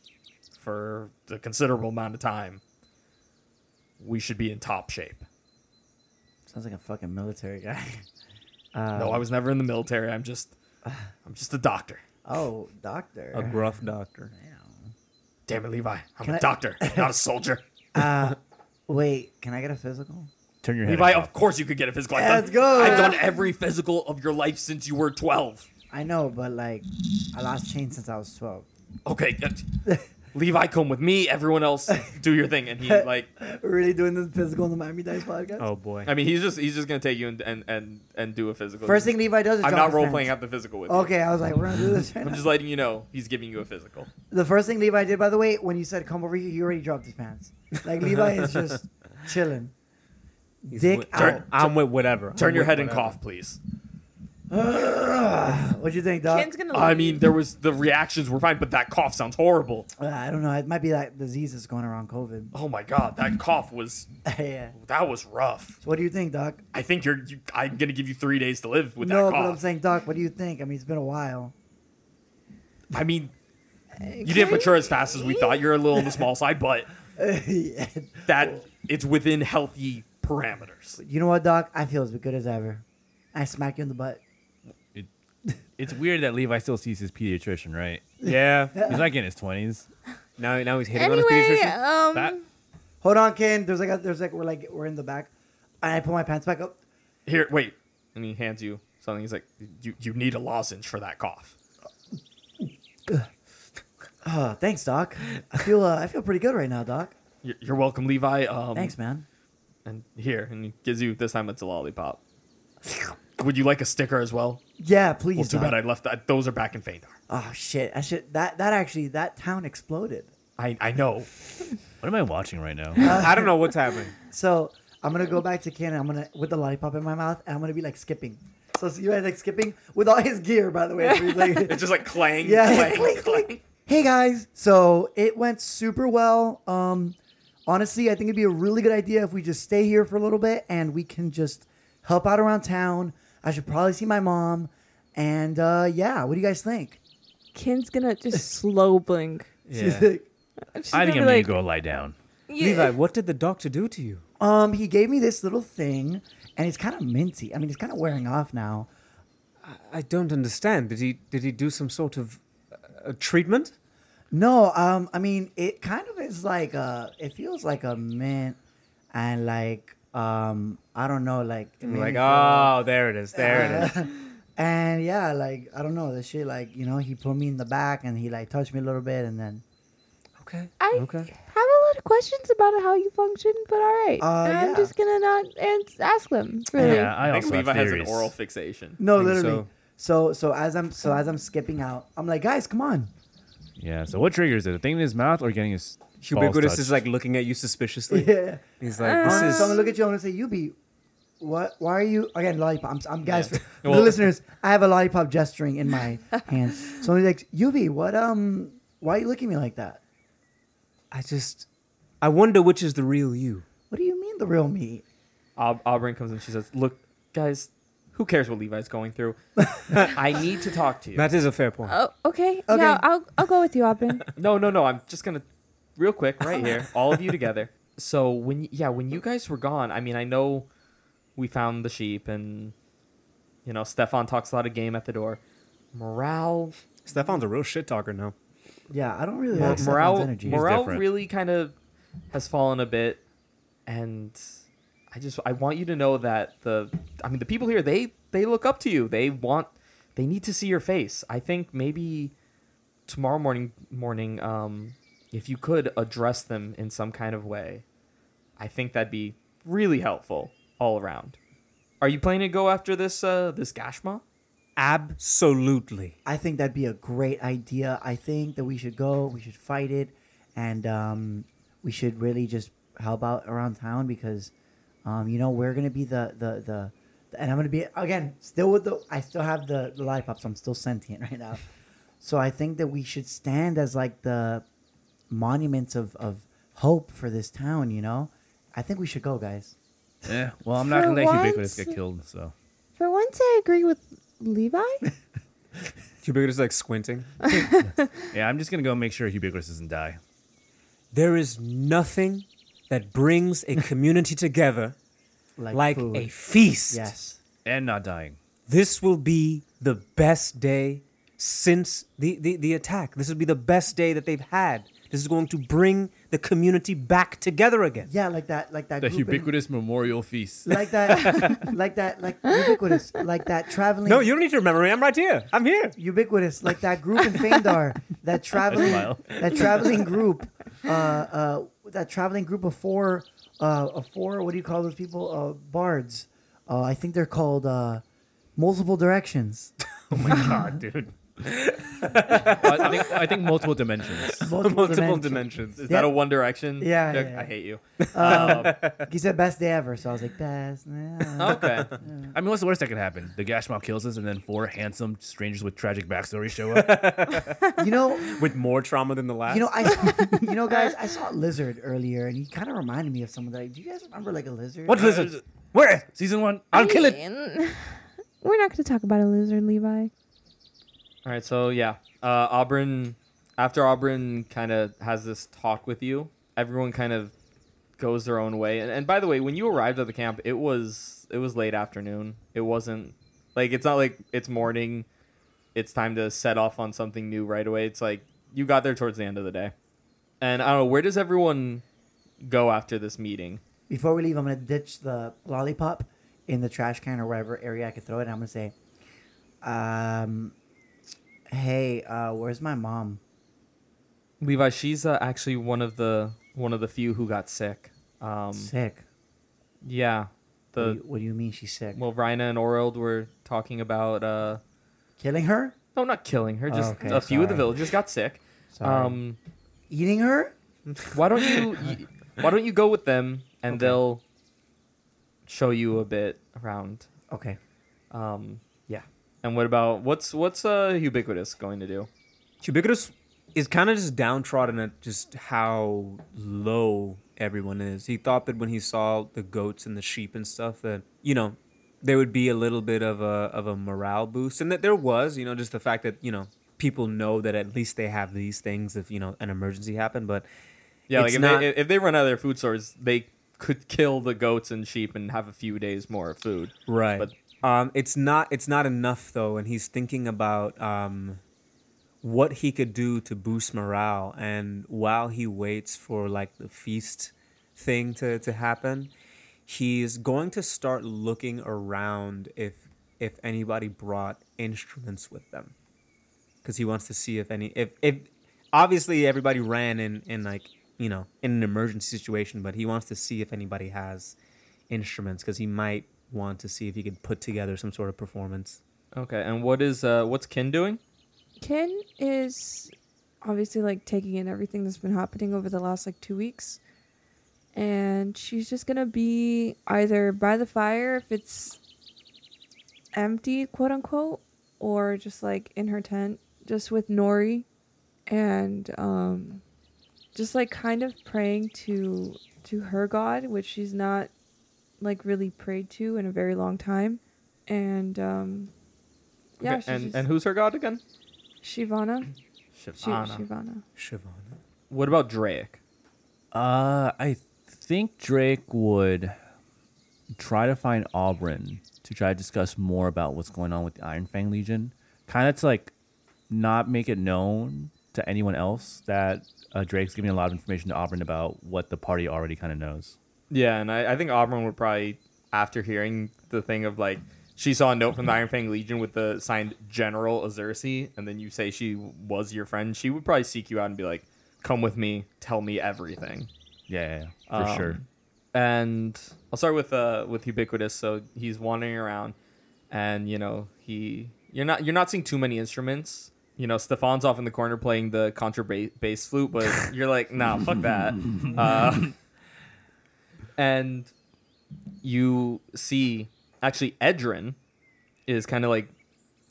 Speaker 1: for a considerable amount of time, we should be in top shape.
Speaker 2: Sounds like a fucking military guy.
Speaker 1: no, I was never in the military. I'm just I'm just a doctor.
Speaker 2: Oh, doctor.
Speaker 4: A gruff doctor.
Speaker 1: Damn it, Levi. I'm
Speaker 2: Can
Speaker 1: a
Speaker 2: I-
Speaker 1: doctor, not a soldier.
Speaker 2: Wait, can I get a physical?
Speaker 6: Turn your head.
Speaker 1: Levi, oh,
Speaker 6: and
Speaker 1: of course you could get a physical. I've
Speaker 2: Let's
Speaker 1: done,
Speaker 2: go.
Speaker 1: I've done every physical of your life since you were 12.
Speaker 2: I know, but like, I lost chain since I was twelve.
Speaker 1: Okay, good. Levi, come with me. Everyone else, do your thing. And he like,
Speaker 2: We're really doing this physical on the Miami Dice podcast.
Speaker 4: Oh boy.
Speaker 1: I mean, he's just he's just gonna take you and and and, and do a physical.
Speaker 2: First thing Levi does is
Speaker 1: I'm
Speaker 2: drop
Speaker 1: not
Speaker 2: his
Speaker 1: role
Speaker 2: pants.
Speaker 1: playing out the physical with. you.
Speaker 2: Okay, I was like, we're gonna do this. right
Speaker 1: I'm
Speaker 2: now.
Speaker 1: just letting you know he's giving you a physical.
Speaker 2: The first thing Levi did, by the way, when you said come over here, he already dropped his pants. Like Levi is just chilling.
Speaker 4: He's
Speaker 2: Dick
Speaker 4: with-
Speaker 2: out.
Speaker 4: I'm with whatever.
Speaker 1: Turn
Speaker 4: I'm
Speaker 1: your
Speaker 4: with
Speaker 1: head and
Speaker 4: whatever.
Speaker 1: cough, please.
Speaker 2: What'd you think, Doc?
Speaker 5: Ken's gonna.
Speaker 1: I
Speaker 5: leave.
Speaker 1: mean, there was the reactions were fine, but that cough sounds horrible.
Speaker 2: Uh, I don't know. It might be that disease that's going around COVID.
Speaker 1: Oh my god, that cough was
Speaker 2: yeah.
Speaker 1: that was rough.
Speaker 2: So what do you think, Doc?
Speaker 1: I think you're. You, I'm gonna give you three days to live with
Speaker 2: no,
Speaker 1: that
Speaker 2: but I'm
Speaker 1: cough.
Speaker 2: saying, Doc, what do you think? I mean, it's been a while.
Speaker 1: I mean, you didn't mature as fast as we thought. You're a little on the small side, but
Speaker 2: Yeah.
Speaker 1: that it's within healthy parameters.
Speaker 2: You know what, Doc? I feel as good as ever. I smack you in the butt.
Speaker 6: It's weird that Levi still sees his pediatrician, right?
Speaker 4: Yeah.
Speaker 6: He's like in his twenties.
Speaker 4: Now, now he's hitting on his
Speaker 5: Anyway,
Speaker 4: pediatrician.
Speaker 5: um,
Speaker 6: That
Speaker 2: Hold on, Ken. There's like a, there's like we're like we're in the back. And I put my pants back up.
Speaker 1: Here, wait. And he hands you something. He's like, you you need a lozenge for that cough.
Speaker 2: Oh, thanks, Doc. I feel uh, I feel pretty good right now, Doc.
Speaker 1: You're, you're welcome, Levi. Um,
Speaker 2: Thanks, man.
Speaker 1: And here, and he gives you this time it's a lollipop. Would you like a sticker as well?
Speaker 2: Yeah, please.
Speaker 1: Well, too
Speaker 2: Doc.
Speaker 1: bad I left. That. Those are back in Feindar.
Speaker 2: Oh shit! I should that that actually that town exploded.
Speaker 1: I I know.
Speaker 6: What am I watching right now?
Speaker 5: uh,
Speaker 4: I don't know what's happening.
Speaker 2: So I'm gonna go back to Ken. I'm gonna with the lollipop in my mouth, and I'm gonna be like skipping. So see you guys like skipping with all his gear, by the way. So he's like-
Speaker 1: It's just like clang,
Speaker 2: Yeah.
Speaker 1: clang,
Speaker 2: Clink,
Speaker 1: clang.
Speaker 2: hey guys, so it went super well. Um, honestly, I think it'd be a really good idea if we just stay here for a little bit and we can just help out around town. I should probably see my mom, and uh, yeah, what do you guys think?
Speaker 5: Ken's gonna just slow blink.
Speaker 2: She's
Speaker 4: Yeah.
Speaker 2: like,
Speaker 5: She's gonna
Speaker 6: I think I'm
Speaker 5: be
Speaker 6: gonna
Speaker 5: like,
Speaker 6: go lie down.
Speaker 5: "Yeah."
Speaker 4: Levi, what did the doctor do to you?
Speaker 2: Um, he gave me this little thing, and it's kind of minty. I mean, it's kind of wearing off now.
Speaker 4: I don't understand. Did he did he do some sort of uh, treatment?
Speaker 2: No, um, I mean, it kind of is like a. It feels like a mint, and like um, I don't know, like it made me
Speaker 4: Like,
Speaker 2: feel-
Speaker 4: oh, there it is, there it is.
Speaker 2: and yeah, like I don't know, the shit, like you know, he put me in the back and he like touched me a little bit, and then
Speaker 4: Okay.
Speaker 5: I
Speaker 4: Okay.
Speaker 5: have a lot of questions about how you function, but all right,
Speaker 2: Uh,
Speaker 5: I'm
Speaker 2: yeah.
Speaker 5: just gonna not ans- ask them. Really,
Speaker 6: Yeah, I
Speaker 1: I think
Speaker 6: also have
Speaker 1: Levi has an
Speaker 6: theories.
Speaker 1: oral fixation.
Speaker 2: no,
Speaker 4: Think
Speaker 2: literally.
Speaker 4: so.
Speaker 2: So. so as I'm so as I'm skipping out, I'm like, guys, come on.
Speaker 6: Yeah. So what triggers it? A thing in his mouth or getting his
Speaker 4: Ubiquitous
Speaker 6: balls
Speaker 4: is like
Speaker 6: touched?
Speaker 4: looking at you suspiciously.
Speaker 2: Yeah. Uh,
Speaker 4: He's like,
Speaker 2: This
Speaker 4: this is.
Speaker 2: So I'm gonna look at you and I'm gonna say, you be. What? Why are you again? Lollipop. I'm, I'm guys. For
Speaker 1: Well-
Speaker 2: the listeners, I have a lollipop gesturing in my hand. So I'm like, Yubi, what? Um, why are you looking at me like that?
Speaker 4: I just, I wonder which is the real you.
Speaker 2: What do you mean the real me?
Speaker 1: Aub- Auburn comes in. She says, "Look, guys, who cares what Levi's going through? I need to talk to you.
Speaker 4: That is a fair point.
Speaker 5: Oh, okay.
Speaker 2: Okay.
Speaker 5: Yeah, I'll I'll go with you, Aubin.
Speaker 1: No, no, no. I'm just gonna, real quick, right here, all of you together. So when, y- yeah, when you guys were gone, I mean, I know we found the sheep, and you know, Stefan talks a lot of game at the door. Morale,
Speaker 4: Stefan's a real shit talker now.
Speaker 2: Yeah, I don't really
Speaker 1: mor-
Speaker 2: like Stefan's
Speaker 1: morale,
Speaker 2: energy.
Speaker 1: morale
Speaker 6: different.
Speaker 1: really kind of has fallen a bit, and I just, I want you to know that the, I mean, the people here, they, they look up to you. They want, they need to see your face. I think maybe tomorrow morning morning um if you could address them in some kind of way i think that'd be really helpful all around are you planning to go after this uh this gashma
Speaker 4: Absolutely.
Speaker 2: I think that'd be a great idea. I think that we should go, we should fight it, and um, we should really just help out around town because, um, you know, we're gonna be the the the, the and I'm gonna be again still with the I still have the, the lollipops. I'm still sentient right now, so I think that we should stand as like the monuments of of hope for this town. You know, I think we should go, guys.
Speaker 6: Yeah. Eh, Well, I'm not
Speaker 5: For
Speaker 6: gonna let
Speaker 5: once-
Speaker 6: ubiquitous get killed. So
Speaker 5: For once, I agree with Levi.
Speaker 4: Ubiquitous is like squinting.
Speaker 6: yeah, I'm just gonna go make sure ubiquitous doesn't die.
Speaker 4: There is nothing that brings a community together
Speaker 2: Like,
Speaker 4: like
Speaker 2: food.
Speaker 4: a feast.
Speaker 2: yes.
Speaker 6: And not dying.
Speaker 4: This will be the best day since the, the, the attack. This will be the best day that they've had. This is going to bring the community back together again.
Speaker 2: Yeah, like that, like that.
Speaker 6: The
Speaker 2: group in-
Speaker 6: ubiquitous memorial feast.
Speaker 2: like that, like that, like ubiquitous, like that traveling.
Speaker 4: No, you don't need to remember me. I'm right here. I'm here.
Speaker 2: ubiquitous, like that group in Feindar, that traveling,
Speaker 6: smile.
Speaker 2: that traveling group, uh, uh, that traveling group of four, uh, of four. What do you call those people? Uh, bards. Uh, I think they're called uh, multiple directions.
Speaker 6: Oh
Speaker 4: God, dude.
Speaker 6: I, I think, I think multiple dimensions.
Speaker 2: Multiple,
Speaker 1: Multiple
Speaker 2: dimensions.
Speaker 1: dimensions. Is
Speaker 2: Yeah.
Speaker 1: that a One Direction?
Speaker 2: Yeah, yeah,
Speaker 1: Yuck,
Speaker 2: yeah.
Speaker 1: I hate you.
Speaker 2: He said best day ever, so I was like best. Nah.
Speaker 1: Okay.
Speaker 6: I mean, what's the worst that could happen? The gash mob kills us, and then four handsome strangers with tragic backstory show up.
Speaker 2: You know,
Speaker 4: With more trauma than the last.
Speaker 2: you know, I, you know, guys, I saw a lizard earlier, and he kind of reminded me of someone that. Do you guys remember like a lizard?
Speaker 4: what lizard? Where?
Speaker 6: Season one, I'll kill it.
Speaker 5: mean, We're not going to talk about a loser, Levi.
Speaker 1: All right. So yeah, uh, Auburn. After Auburn kind of has this talk with you, everyone kind of goes their own way. And, and by the way, when you arrived at the camp, it was it was late afternoon. It wasn't like it's not like it's morning. It's time to set off on something new right away. It's like you got there towards the end of the day. And I don't know where does everyone go after this meeting.
Speaker 2: Before we leave, I'm gonna ditch the lollipop in the trash can or whatever area I could throw it. And I'm gonna say, um, "Hey, uh, where's my mom?
Speaker 1: Levi, she's uh, actually one of the one of the few who got sick. Um,
Speaker 2: Sick.
Speaker 1: yeah,
Speaker 2: What do
Speaker 1: the
Speaker 2: you- what do you mean she's sick?
Speaker 1: well, Rhina and Orald were talking about uh,
Speaker 2: Killing her?
Speaker 1: no, not killing her. Just
Speaker 2: Okay,
Speaker 1: a few of the
Speaker 2: sorry.
Speaker 1: villagers got sick.
Speaker 2: Sorry.
Speaker 1: Um,
Speaker 2: Eating her?
Speaker 1: why don't you, y- why don't you go with them and they'll show you a bit around.
Speaker 2: Okay.
Speaker 1: Um, yeah. And what about what's what's uh, ubiquitous going to do?
Speaker 4: Ubiquitous is kind of just downtrodden at just how low everyone is. He thought that when he saw the goats and the sheep and stuff, that you know, there would be a little bit of a of a morale boost, and that there was. You know, just the fact that you know people know that at least they have these things if you know an emergency happened. But
Speaker 1: Yeah,
Speaker 4: It's
Speaker 1: like if,
Speaker 4: not-
Speaker 1: they, if they run out of their food stores, they could kill the goats and sheep and have a few days more of food.
Speaker 4: right
Speaker 1: But-
Speaker 4: um it's not it's not enough though and he's thinking about um what he could do to boost morale and while he waits for like the feast thing to to happen he's going to start looking around if if anybody brought instruments with them because he wants to see if any if if obviously everybody ran in in like you know in an emergency situation but he wants to see if anybody has instruments because he might want to see if he could put together some sort of performance
Speaker 1: Okay, and what is uh, what's Kin doing?
Speaker 5: Ken is obviously like taking in everything that's been happening over the last like two weeks. And she's just gonna be either by the fire if it's empty, quote unquote, or just like in her tent, just with Nori and um just like kind of praying to to her god, which she's not like really prayed to in a very long time. And um yeah,
Speaker 1: Okay,
Speaker 5: she's
Speaker 1: and
Speaker 5: just-
Speaker 1: and who's her god again?
Speaker 5: Shivana. Shi-
Speaker 1: Shivana.
Speaker 5: Shivana.
Speaker 4: shivana
Speaker 1: What about Drake?
Speaker 6: Uh, I think Drake would try to find Auburn to try to discuss more about what's going on with the Iron Fang Legion. Kind of to like not make it known to anyone else that uh, Drake's giving a lot of information to Auburn about what the party already kind of knows.
Speaker 1: Yeah, and I, I think Auburn would probably, after hearing the thing of like, she saw a note from the Iron Fang Legion with the signed General Azursi, and then you say she was your friend, she would probably seek you out and be like, come with me, tell me everything.
Speaker 6: Yeah, yeah, yeah, for
Speaker 1: Um,
Speaker 6: sure.
Speaker 1: And I'll start with uh with Ubiquitous. So he's wandering around, and you know he you're not you're not seeing too many instruments. You know Stefan's off in the corner playing the contrabass flute, but you're like, nah, fuck that. Uh, and you see actually Edrin is kind of like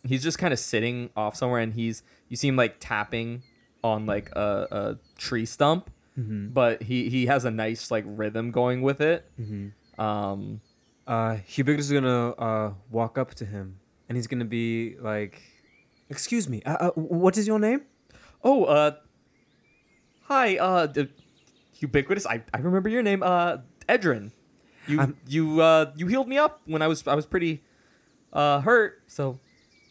Speaker 1: he's just kind of sitting off somewhere and he's you see him like tapping on like a, a tree stump but he he has a nice like rhythm going with it um
Speaker 4: uh ubiquitous is gonna uh walk up to him and he's gonna be like excuse me uh, uh, what is your name
Speaker 1: oh uh hi uh d- ubiquitous i, I remember your name uh edrin you
Speaker 4: I'm-
Speaker 1: you uh you healed me up when i was i was pretty uh hurt so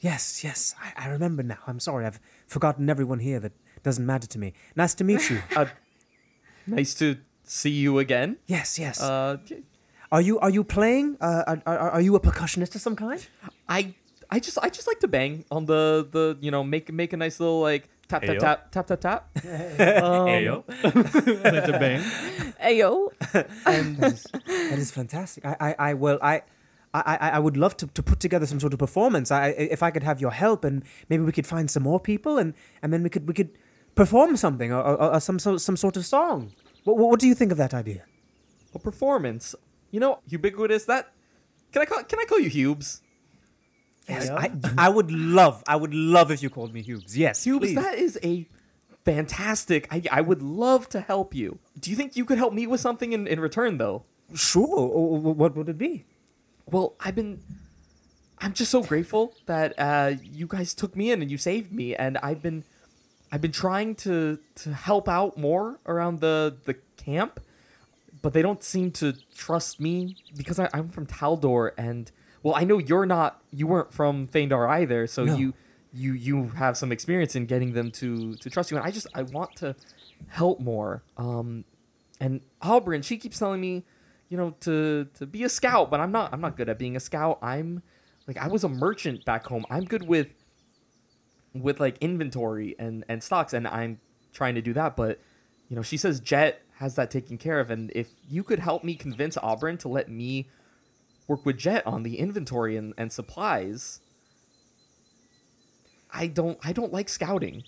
Speaker 4: yes yes i, I remember now i'm sorry i've forgotten everyone here that Doesn't matter to me. Nice to meet you.
Speaker 1: uh, Nice to see you again.
Speaker 4: yes, yes.
Speaker 1: Uh,
Speaker 4: are you are you playing? Uh, are, are, are you a percussionist of some kind?
Speaker 1: I I just I just like to bang on the the you know make make a nice little like tap
Speaker 6: Ayo.
Speaker 1: tap tap tap tap tap.
Speaker 6: Ayo. Like to bang.
Speaker 5: Ayo.
Speaker 4: That is fantastic. I, I, I well, I, I, I- I would love to, to put together some sort of performance. I, I- if I could have your help, and maybe we could find some more people, and, and then we could we could perform something or, or, or some sort some sort of song. What, what, what do you think of that idea?
Speaker 1: A performance. You know, ubiquitous that. Can I call can I call you Hubes?
Speaker 4: Yes, I, I would love, I would love if you called me Hubes. Yes,
Speaker 1: Hubes,
Speaker 4: please.
Speaker 1: that is a fantastic. I I would love to help you. Do you think you could help me with something in, in return though?
Speaker 4: Sure. O- o- What would it be?
Speaker 1: Well, I've been. I'm just so grateful that uh, you guys took me in and you saved me, and I've been, I've been trying to to help out more around the the camp, but they don't seem to trust me because I, I'm from Taldor, and well, I know you're not, you weren't from Feindar either, so
Speaker 4: No.
Speaker 1: you you you have some experience in getting them to to trust you, and I just I want to help more. Um, and Auburn, she keeps telling me, you know, to to be a scout, but I'm not. I'm not good at being a scout. I'm like I was a merchant back home. I'm good with with like inventory and and stocks, and I'm trying to do that. But you know, she says Jet has that taken care of, and if you could help me convince Auburn to let me work with Jet on the inventory and, and supplies. I don't I don't like scouting.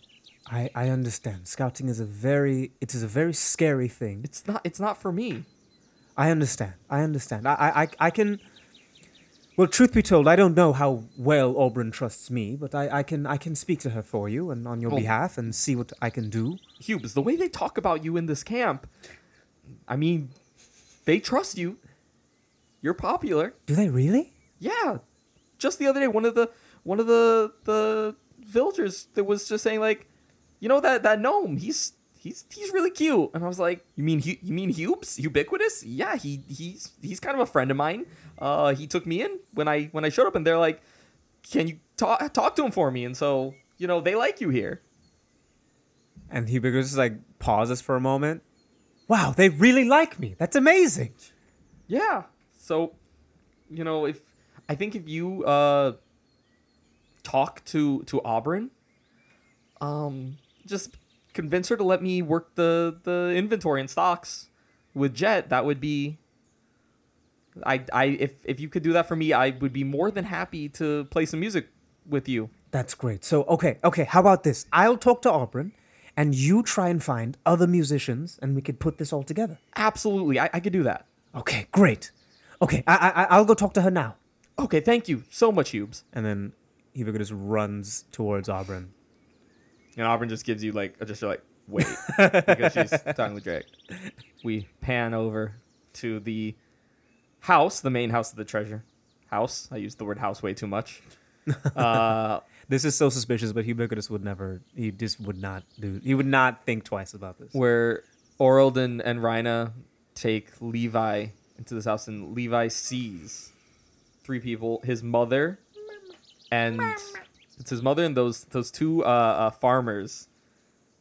Speaker 4: I, I understand. Scouting is a very it is a very scary thing.
Speaker 1: It's not it's not for me.
Speaker 4: I understand. I understand. I, I, I, I can. Well, truth be told, I don't know how well Auburn trusts me, but I, I can I can speak to her for you and on your
Speaker 1: Oh.
Speaker 4: behalf and see what I can do.
Speaker 1: Hubes, the way they talk about you in this camp, I mean, they trust you. You're popular.
Speaker 4: Do they really?
Speaker 1: Yeah. Just the other day, one of the one of the the villagers that was just saying like, you know that that gnome, he's he's he's really cute. And I was like, you mean Hu- you mean Hubes, ubiquitous? Yeah, he he's he's kind of a friend of mine. Uh, he took me in when I when I showed up, and they're like, can you talk talk to him for me? And so you know they like you here.
Speaker 4: And he just like pauses for a moment. Wow, they really like me. That's amazing.
Speaker 1: Yeah. So, you know, if I think if you uh talk to to Auburn, um, just convince her to let me work the the inventory and stocks with Jet. That would be. I I if if you could do that for me, I would be more than happy to play some music with you.
Speaker 4: That's great. So okay, okay. How about this? I'll talk to Auburn, and you try and find other musicians, and we could put this all together.
Speaker 1: Absolutely, I, I could do that.
Speaker 4: Okay, great. Okay, I, I I'll go talk to her now.
Speaker 1: Okay, thank you so much, Hubes.
Speaker 4: And then Hibigo just runs towards Auburn.
Speaker 1: And Auburn just gives you like just like wait because she's talking with Drake. We pan over to the house, the main house of the treasure house. I use the word house way too much. Uh,
Speaker 4: This is so suspicious, but Ubiquitous would never. He just would not do. He would not think twice about this.
Speaker 1: where Orald and, and Rhina take Levi into this house, and Levi sees three people: his mother, and it's his mother and those those two uh, uh, farmers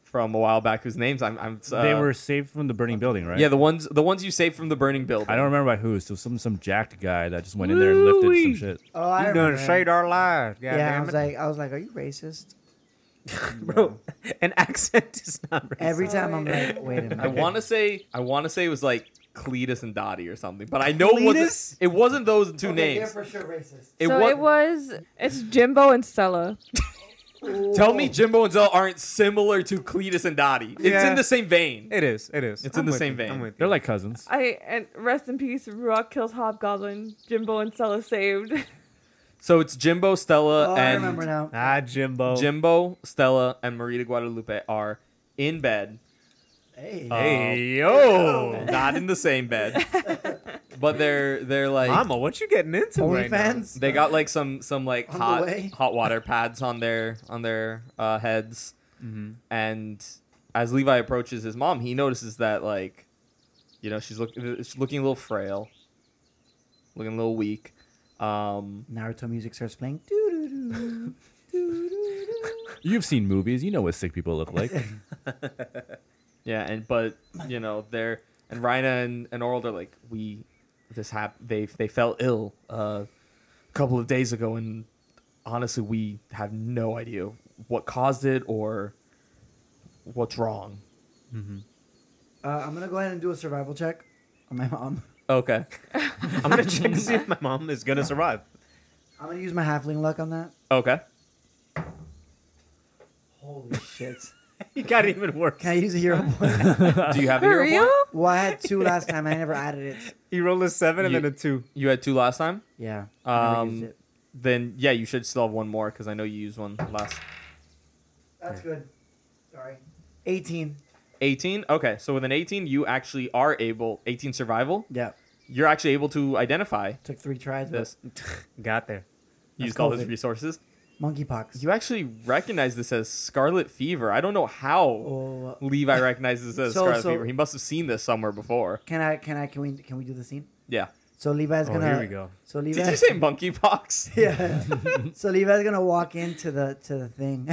Speaker 1: from a while back whose names I'm. I'm uh,
Speaker 6: they were saved from the burning building, right?
Speaker 1: Yeah, the ones the ones you saved from the burning building.
Speaker 6: I don't remember by who. So some some jacked guy that just went in there and lifted some shit.
Speaker 2: Oh, I
Speaker 4: You
Speaker 2: remember.
Speaker 4: don't shade our lives. God
Speaker 2: yeah, I
Speaker 4: damn
Speaker 2: was
Speaker 4: it.
Speaker 2: like, I was like, are you racist?
Speaker 4: bro, Oh, an accent is not racist.
Speaker 2: Every time I'm like, wait a minute.
Speaker 1: I want to say I want to say it was like Cletus and Dottie or something, but I know it
Speaker 4: Cletus?
Speaker 1: wasn't. It wasn't those two
Speaker 2: They're
Speaker 1: names.
Speaker 2: for sure racist.
Speaker 1: It,
Speaker 5: so
Speaker 1: wa-
Speaker 5: it was. It's Jimbo and Stella.
Speaker 1: Tell me, Jimbo and Zell aren't similar to Cletus and Dottie. It's
Speaker 4: Yeah.
Speaker 1: in the same vein.
Speaker 4: It is. It is.
Speaker 1: It's in the
Speaker 4: with
Speaker 1: same
Speaker 4: you,
Speaker 1: vein.
Speaker 4: I'm with
Speaker 6: They're
Speaker 4: you.
Speaker 6: like cousins.
Speaker 5: I and rest in peace. Rock kills Hobgoblin. Jimbo and Stella saved.
Speaker 1: So it's Jimbo, Stella,
Speaker 2: Oh, I remember
Speaker 1: and
Speaker 2: now.
Speaker 4: ah Jimbo.
Speaker 1: Jimbo, Stella, and Marita Guadalupe are in bed.
Speaker 2: Hey.
Speaker 1: Uh, Hey
Speaker 4: yo,
Speaker 1: not in the same bed, but they're they're like
Speaker 4: Mama, what you getting into right now?
Speaker 2: OnlyFans?
Speaker 1: They got like some some like
Speaker 2: On the
Speaker 1: hot
Speaker 2: way.
Speaker 1: hot water pads on their on their uh, heads, and as Levi approaches his mom, he notices that like, you know, she's look uh, she's looking a little frail, looking a little weak. Um,
Speaker 2: Naruto music starts playing. Doo-doo-doo.
Speaker 6: You've seen movies. You know what sick people look like.
Speaker 1: Yeah, and but you know they're and Rhina and, and Oral they're like we this hap they they fell ill uh, a couple of days ago and honestly we have no idea what caused it or what's wrong.
Speaker 2: Uh, I'm gonna go ahead and do a survival check on my mom.
Speaker 1: Okay.
Speaker 4: I'm gonna check to see if my mom is gonna survive.
Speaker 2: I'm gonna use my halfling luck on that.
Speaker 1: Okay.
Speaker 2: Holy shit!
Speaker 4: You got even worse.
Speaker 2: Can I use a hero point?
Speaker 1: Do you have a
Speaker 5: For
Speaker 1: hero
Speaker 5: real?
Speaker 1: point?
Speaker 2: well, I had two last time. I never added it.
Speaker 4: He rolled a seven and
Speaker 1: You-
Speaker 4: then a two.
Speaker 1: You had two last time.
Speaker 2: Yeah. I never used
Speaker 1: Um,
Speaker 2: it.
Speaker 1: then yeah, you should still have one more because I know you used one last.
Speaker 2: That's good. Sorry. 18.
Speaker 1: 18 okay so with an 18 you actually are able 18 survival
Speaker 2: Yeah.
Speaker 1: you're actually able to identify
Speaker 2: Took three tries. But
Speaker 1: this
Speaker 4: Got there.
Speaker 1: used all his
Speaker 2: COVID.
Speaker 1: resources
Speaker 2: monkeypox.
Speaker 1: you actually recognize this as scarlet fever i don't know how
Speaker 2: Oh,
Speaker 1: levi recognizes this as
Speaker 2: So-
Speaker 1: scarlet
Speaker 2: so-
Speaker 1: fever he must have seen this somewhere before
Speaker 2: can I? Can I? Can we? Can we do the scene?
Speaker 1: yeah
Speaker 2: So Levi's
Speaker 4: Oh,
Speaker 2: gonna.
Speaker 4: here we go.
Speaker 2: So Levi.
Speaker 1: did you say monkeypox
Speaker 2: Yeah. so Levi's gonna walk into the to the thing.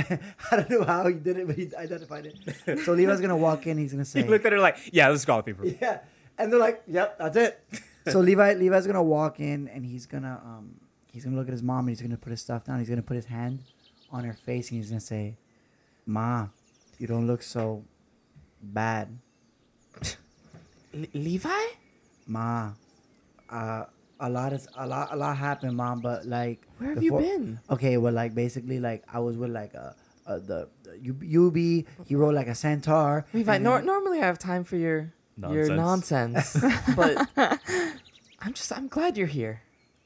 Speaker 2: I don't know how he did it, but he identified it. So Levi's gonna walk in. He's gonna
Speaker 4: He
Speaker 2: say,
Speaker 4: looked at her like, "Yeah, this is scarlet fever."
Speaker 2: "Yeah," and they're like, "Yep, that's it." so Levi Levi's gonna walk in, and he's gonna um he's gonna look at his mom, and he's gonna put his stuff down. He's gonna put his hand on her face, and he's gonna say, "Ma, you don't look so bad,
Speaker 9: Levi?
Speaker 2: Ma. Uh, a lot is a lot a lot happened, Mom. But like,
Speaker 9: Where have
Speaker 2: the
Speaker 9: you
Speaker 2: four-
Speaker 9: been?
Speaker 2: Okay, well, like basically, like I was with like a, a the, the U- UB. He rode like a centaur.
Speaker 9: Levi,
Speaker 2: and
Speaker 9: nor-
Speaker 2: then-
Speaker 9: normally I have time for your your nonsense,
Speaker 6: Nonsense.
Speaker 9: but I'm just I'm glad you're here.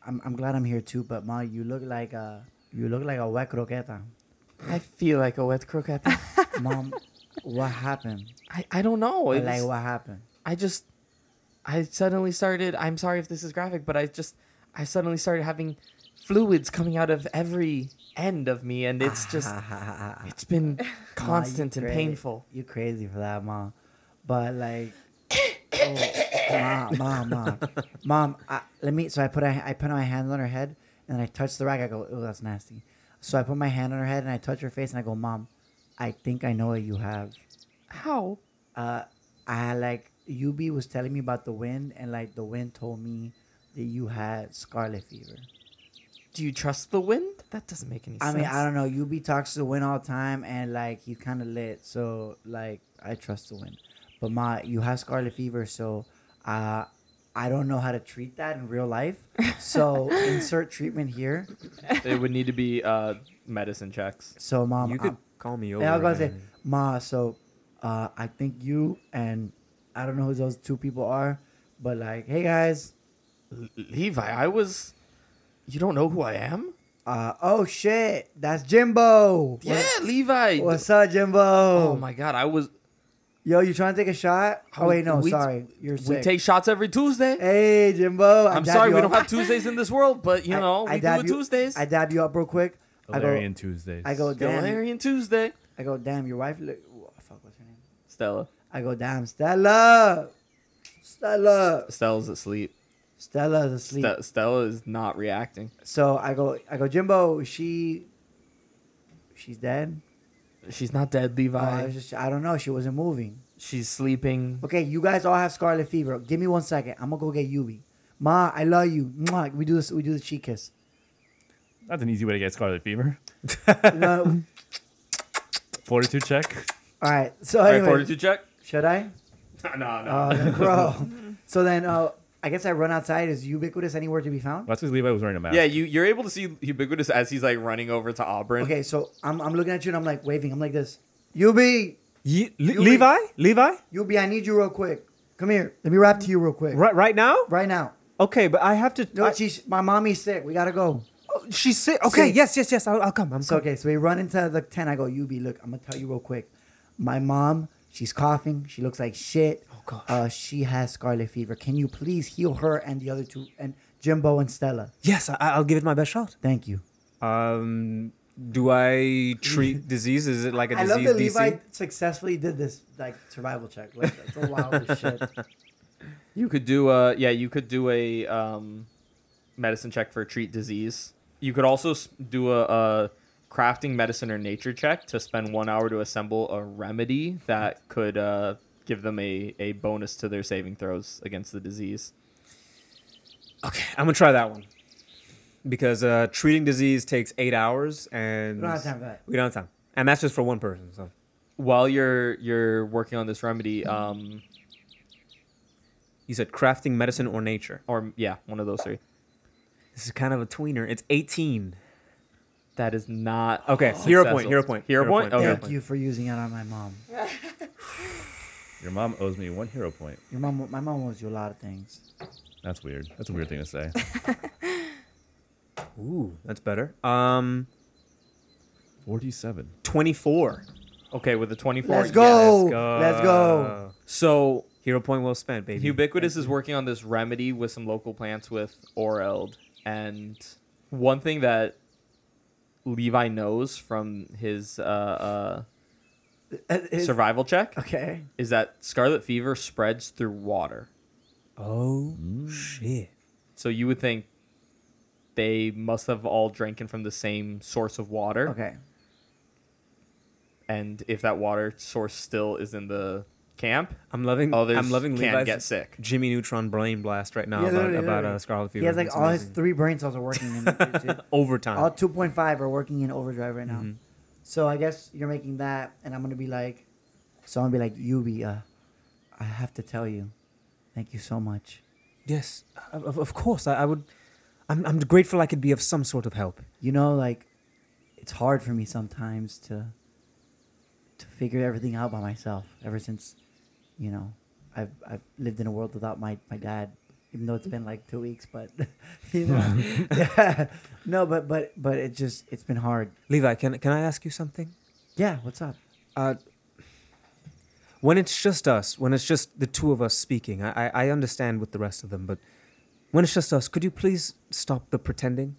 Speaker 2: I'm, I'm glad I'm here too. But Ma, you look like a you look like a wet croqueta,
Speaker 9: I feel like a wet croquette.
Speaker 2: Mom. what happened?
Speaker 9: I, I don't know. It
Speaker 2: like
Speaker 9: was-
Speaker 2: what happened?
Speaker 9: I just I suddenly started. I'm sorry if this is graphic, but I just I suddenly started having fluids coming out of every end of me, and it's just it's been
Speaker 2: Ma, Ah. you
Speaker 9: constant and
Speaker 2: cra-
Speaker 9: painful.
Speaker 2: You crazy for that, Mom. But like. oh, mom, mom, mom, mom. I, let me. So I put a, I put my hands on her head and I touch the rag. I go, oh, that's nasty. So I put my hand on her head and I touch her face and I go, mom, I think I know what you have.
Speaker 9: How?
Speaker 2: uh, I like UB was telling me about the wind, and like the wind told me that you had scarlet fever.
Speaker 9: Do you trust the wind? That doesn't make any
Speaker 2: I
Speaker 9: sense.
Speaker 2: mean, I don't know. UB talks to the wind all the time, and like he's kind of lit, so like I trust the wind. But ma, you have scarlet fever, so uh, I don't know how to treat that in real life. So insert treatment here.
Speaker 1: it would need to be uh medicine checks
Speaker 2: So mom,
Speaker 4: you
Speaker 2: I-
Speaker 4: could call me over.
Speaker 2: Yeah, I was gonna say,
Speaker 4: and-
Speaker 2: Ma. So, uh, I think you and I don't know who those two people are, but like, hey guys,
Speaker 9: Levi, I was. You don't know who I am?
Speaker 2: Uh, oh shit, that's Jimbo. What-
Speaker 9: Yeah, Levi.
Speaker 2: What's up, Jimbo?
Speaker 9: oh my God, I was.
Speaker 2: Yo, you trying to take a shot? Oh wait, no,
Speaker 9: We-
Speaker 2: sorry, you're
Speaker 9: We
Speaker 2: sick.
Speaker 9: take shots every Tuesday.
Speaker 2: hey, Jimbo. I
Speaker 9: I'm
Speaker 2: dab
Speaker 9: sorry
Speaker 2: you
Speaker 9: we
Speaker 2: up.
Speaker 9: don't have Tuesdays in this world, but you know we do
Speaker 2: dab
Speaker 9: it
Speaker 2: you-
Speaker 9: Tuesdays.
Speaker 2: I dab you up real quick. I go,
Speaker 6: Valerian Tuesdays.
Speaker 2: I go, damn.
Speaker 9: Galarian Tuesday.
Speaker 2: I go, damn. Your wife. Look, oh, fuck, what's her name?
Speaker 1: stella
Speaker 2: I go, damn, Stella. Stella.
Speaker 1: stella's asleep
Speaker 2: Stella's asleep.
Speaker 1: Ste- stella is not reacting
Speaker 2: So I go, I go, Jimbo. She, she's dead.
Speaker 9: She's not dead, Levi.
Speaker 2: Uh, I, was just, I don't know. She wasn't moving.
Speaker 9: She's sleeping.
Speaker 2: Okay, you guys all have scarlet fever. Give me one second. I'm gonna go get Yubi. Ma, I love you. Mwah. We do this. We do the cheek kiss.
Speaker 6: That's an easy way to get scarlet fever.
Speaker 2: No.
Speaker 6: Fortitude check.
Speaker 2: all right. So
Speaker 1: all right
Speaker 2: anyway,
Speaker 1: fortitude check
Speaker 2: should I?
Speaker 1: no no no
Speaker 2: Oh, no, bro. so then, uh, I guess I run outside. Is ubiquitous anywhere to be found?
Speaker 6: That's because Levi was wearing a mask.
Speaker 1: Yeah, you you're able to see ubiquitous as he's like running over to Auburn.
Speaker 2: Okay, so I'm, I'm looking at you and I'm like waving. I'm like this. Yubi,
Speaker 4: Ye- Le-
Speaker 2: were-
Speaker 4: Levi, Levi,
Speaker 2: Yubi, I need you real quick. Come here. Let me rap to you real quick.
Speaker 4: right, right now.
Speaker 2: Right now.
Speaker 4: Okay, but I have to.
Speaker 2: No,
Speaker 4: I-
Speaker 2: she's my mommy's sick. We gotta go.
Speaker 4: oh, she's sick. Okay,
Speaker 2: Sick.
Speaker 4: yes, yes, yes. I'll, I'll come. I'm
Speaker 2: So
Speaker 4: coming.
Speaker 2: okay, so we run into the tent. I go, Yubi, look, I'm gonna tell you real quick. My mom, she's coughing. She looks like shit. Oh
Speaker 4: gosh.
Speaker 2: Uh, she has scarlet fever. Can you please heal her and the other two and Jimbo and Stella?
Speaker 4: Yes, I, I'll give it my best shot.
Speaker 2: Thank you.
Speaker 4: Um, do I treat disease? Is it like a
Speaker 2: I love
Speaker 4: disease?
Speaker 2: that
Speaker 4: DC?
Speaker 2: Levi successfully did this like survival check. Like that's the wildest shit.
Speaker 1: You could do a yeah, you could do a um, medicine check for treat disease. You could also s- do a, a crafting, medicine, or nature check to spend one hour to assemble a remedy that could uh, give them a, a bonus to their saving throws against the disease.
Speaker 4: Okay, I'm gonna try that one because uh, treating disease takes eight hours, and
Speaker 2: We don't have time for that.
Speaker 4: We don't have time, and that's just for one person. So
Speaker 1: While you're you're working on this remedy, um,
Speaker 4: you said crafting, medicine, or nature.
Speaker 1: or yeah, one of those three.
Speaker 4: This is kind of a tweener. It's 18.
Speaker 1: That is not Oh.
Speaker 4: Okay, hero point,
Speaker 1: successful.
Speaker 4: hero point,
Speaker 1: hero
Speaker 4: hero
Speaker 1: point.
Speaker 4: point.
Speaker 1: Okay.
Speaker 2: Thank you for using it on my mom.
Speaker 6: Your mom owes me one hero point.
Speaker 2: Your mom, my mom owes you a lot of things.
Speaker 6: That's weird. That's a weird thing to say.
Speaker 4: Ooh, that's better. Um,
Speaker 6: 47.
Speaker 4: 24.
Speaker 1: Okay, with the 24.
Speaker 2: Let's
Speaker 1: yes.
Speaker 2: go. Let's
Speaker 4: Uh,
Speaker 2: go.
Speaker 4: So hero point well spent,
Speaker 1: Mm-hmm.
Speaker 4: baby.
Speaker 1: Ubiquitous is working on this remedy with some local plants with Oreld. And one thing that Levi knows from his uh,
Speaker 2: Uh,
Speaker 1: uh,
Speaker 2: is-
Speaker 1: survival check
Speaker 2: Okay.
Speaker 1: is that scarlet fever spreads through water.
Speaker 4: Oh shit.
Speaker 1: So you would think they must have all drinking from the same source of water.
Speaker 2: Okay.
Speaker 1: And if that water source still is in the camp,
Speaker 4: I'm loving.
Speaker 1: others
Speaker 4: I'm loving
Speaker 1: can
Speaker 4: Levi's
Speaker 1: get sick.
Speaker 4: Jimmy Neutron brain blast right now
Speaker 2: Yeah,
Speaker 4: about,
Speaker 2: literally,
Speaker 4: about
Speaker 2: literally.
Speaker 4: uh, Scarlet Fever.
Speaker 2: He has like
Speaker 4: It's
Speaker 2: all his
Speaker 4: amazing.
Speaker 2: three brain cells are working in dude.
Speaker 4: overtime.
Speaker 2: all 2.5 are working in overdrive right now.
Speaker 4: Mm-hmm.
Speaker 2: So I guess you're making that, and I'm gonna be like, so I'm gonna be like, Yubi, uh, I have to tell you, thank you so much.
Speaker 4: yes, of, of- of course. I, I would. I'm, I'm grateful I could be of some sort of help.
Speaker 2: You know, like, it's hard for me sometimes to to figure everything out by myself. Ever since, you know, I've I've lived in a world without my my dad. Even though it's been like two weeks, but you know, yeah. no, but but but it just it's been hard.
Speaker 4: Levi, can can I ask you something?
Speaker 2: Yeah, what's up?
Speaker 4: Uh, when it's just us, when it's just the two of us speaking, I, I I understand with the rest of them, but when it's just us, could you please stop the pretending?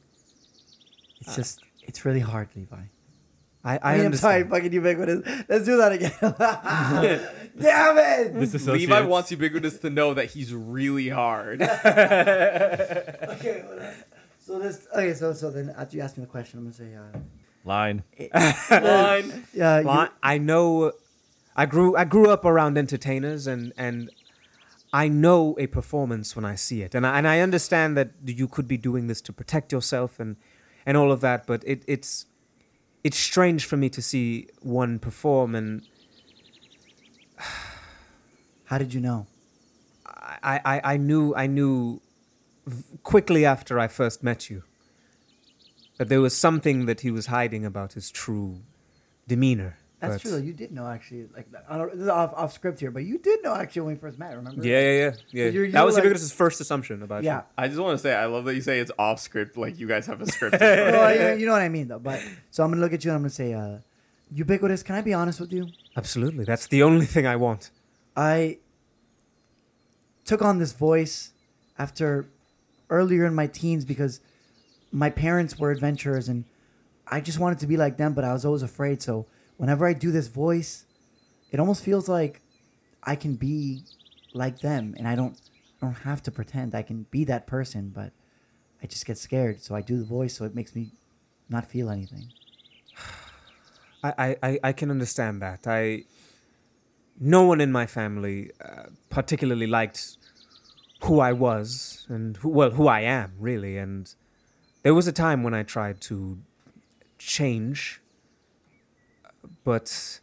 Speaker 2: It's just it's really hard, Levi. I
Speaker 4: I, I,
Speaker 2: mean, I'm sorry,
Speaker 4: understand.
Speaker 2: fucking ubiquitous. Let's do that again. Damn it!
Speaker 1: Levi wants Ubiquitous to know that he's really hard.
Speaker 2: Okay, hold on. so this. Okay, so so then after you ask me the question, I'm gonna
Speaker 6: Line.
Speaker 1: Line.
Speaker 2: say, uh, yeah,
Speaker 4: Lon- I know I grew I grew up around entertainers and and I know a performance when I see it. And I, and I understand that you could be doing this to protect yourself and and all of that, but it it's it's strange for me to see one perform and
Speaker 2: how did you know?
Speaker 4: I I, I knew I knew v- quickly after I first met you that there was something that he was hiding about his true demeanor.
Speaker 2: That's
Speaker 4: but-
Speaker 2: true. though. You did know actually. Like, I don't, this is off off script here, but you did know actually when we first met. Remember?
Speaker 4: Yeah, yeah, yeah. yeah.
Speaker 2: You're-
Speaker 4: that
Speaker 2: you're
Speaker 4: was
Speaker 2: like-
Speaker 4: Ubiquitous' first assumption about
Speaker 2: Yeah.
Speaker 1: I just want to say, I love that you say it's off script, like you guys have a script.
Speaker 2: Well, you, you know what I mean, though. But so I'm gonna look at you and I'm gonna say, uh, ubiquitous. Can I be honest with you?
Speaker 4: you. Absolutely. That's the only thing I want.
Speaker 2: I took on this voice after earlier in my teens because my parents were adventurers and I just wanted to be like them, but I was always afraid. So whenever I do this voice, it almost feels like I can be like them and I don't I don't have to pretend I can be that person, but I just get scared. So I do the voice so it makes me not feel anything.
Speaker 4: I, I, I, I can understand that. I. No one in my family uh, particularly liked who I was and who, well, who I am really. And there was a time when I tried to change, but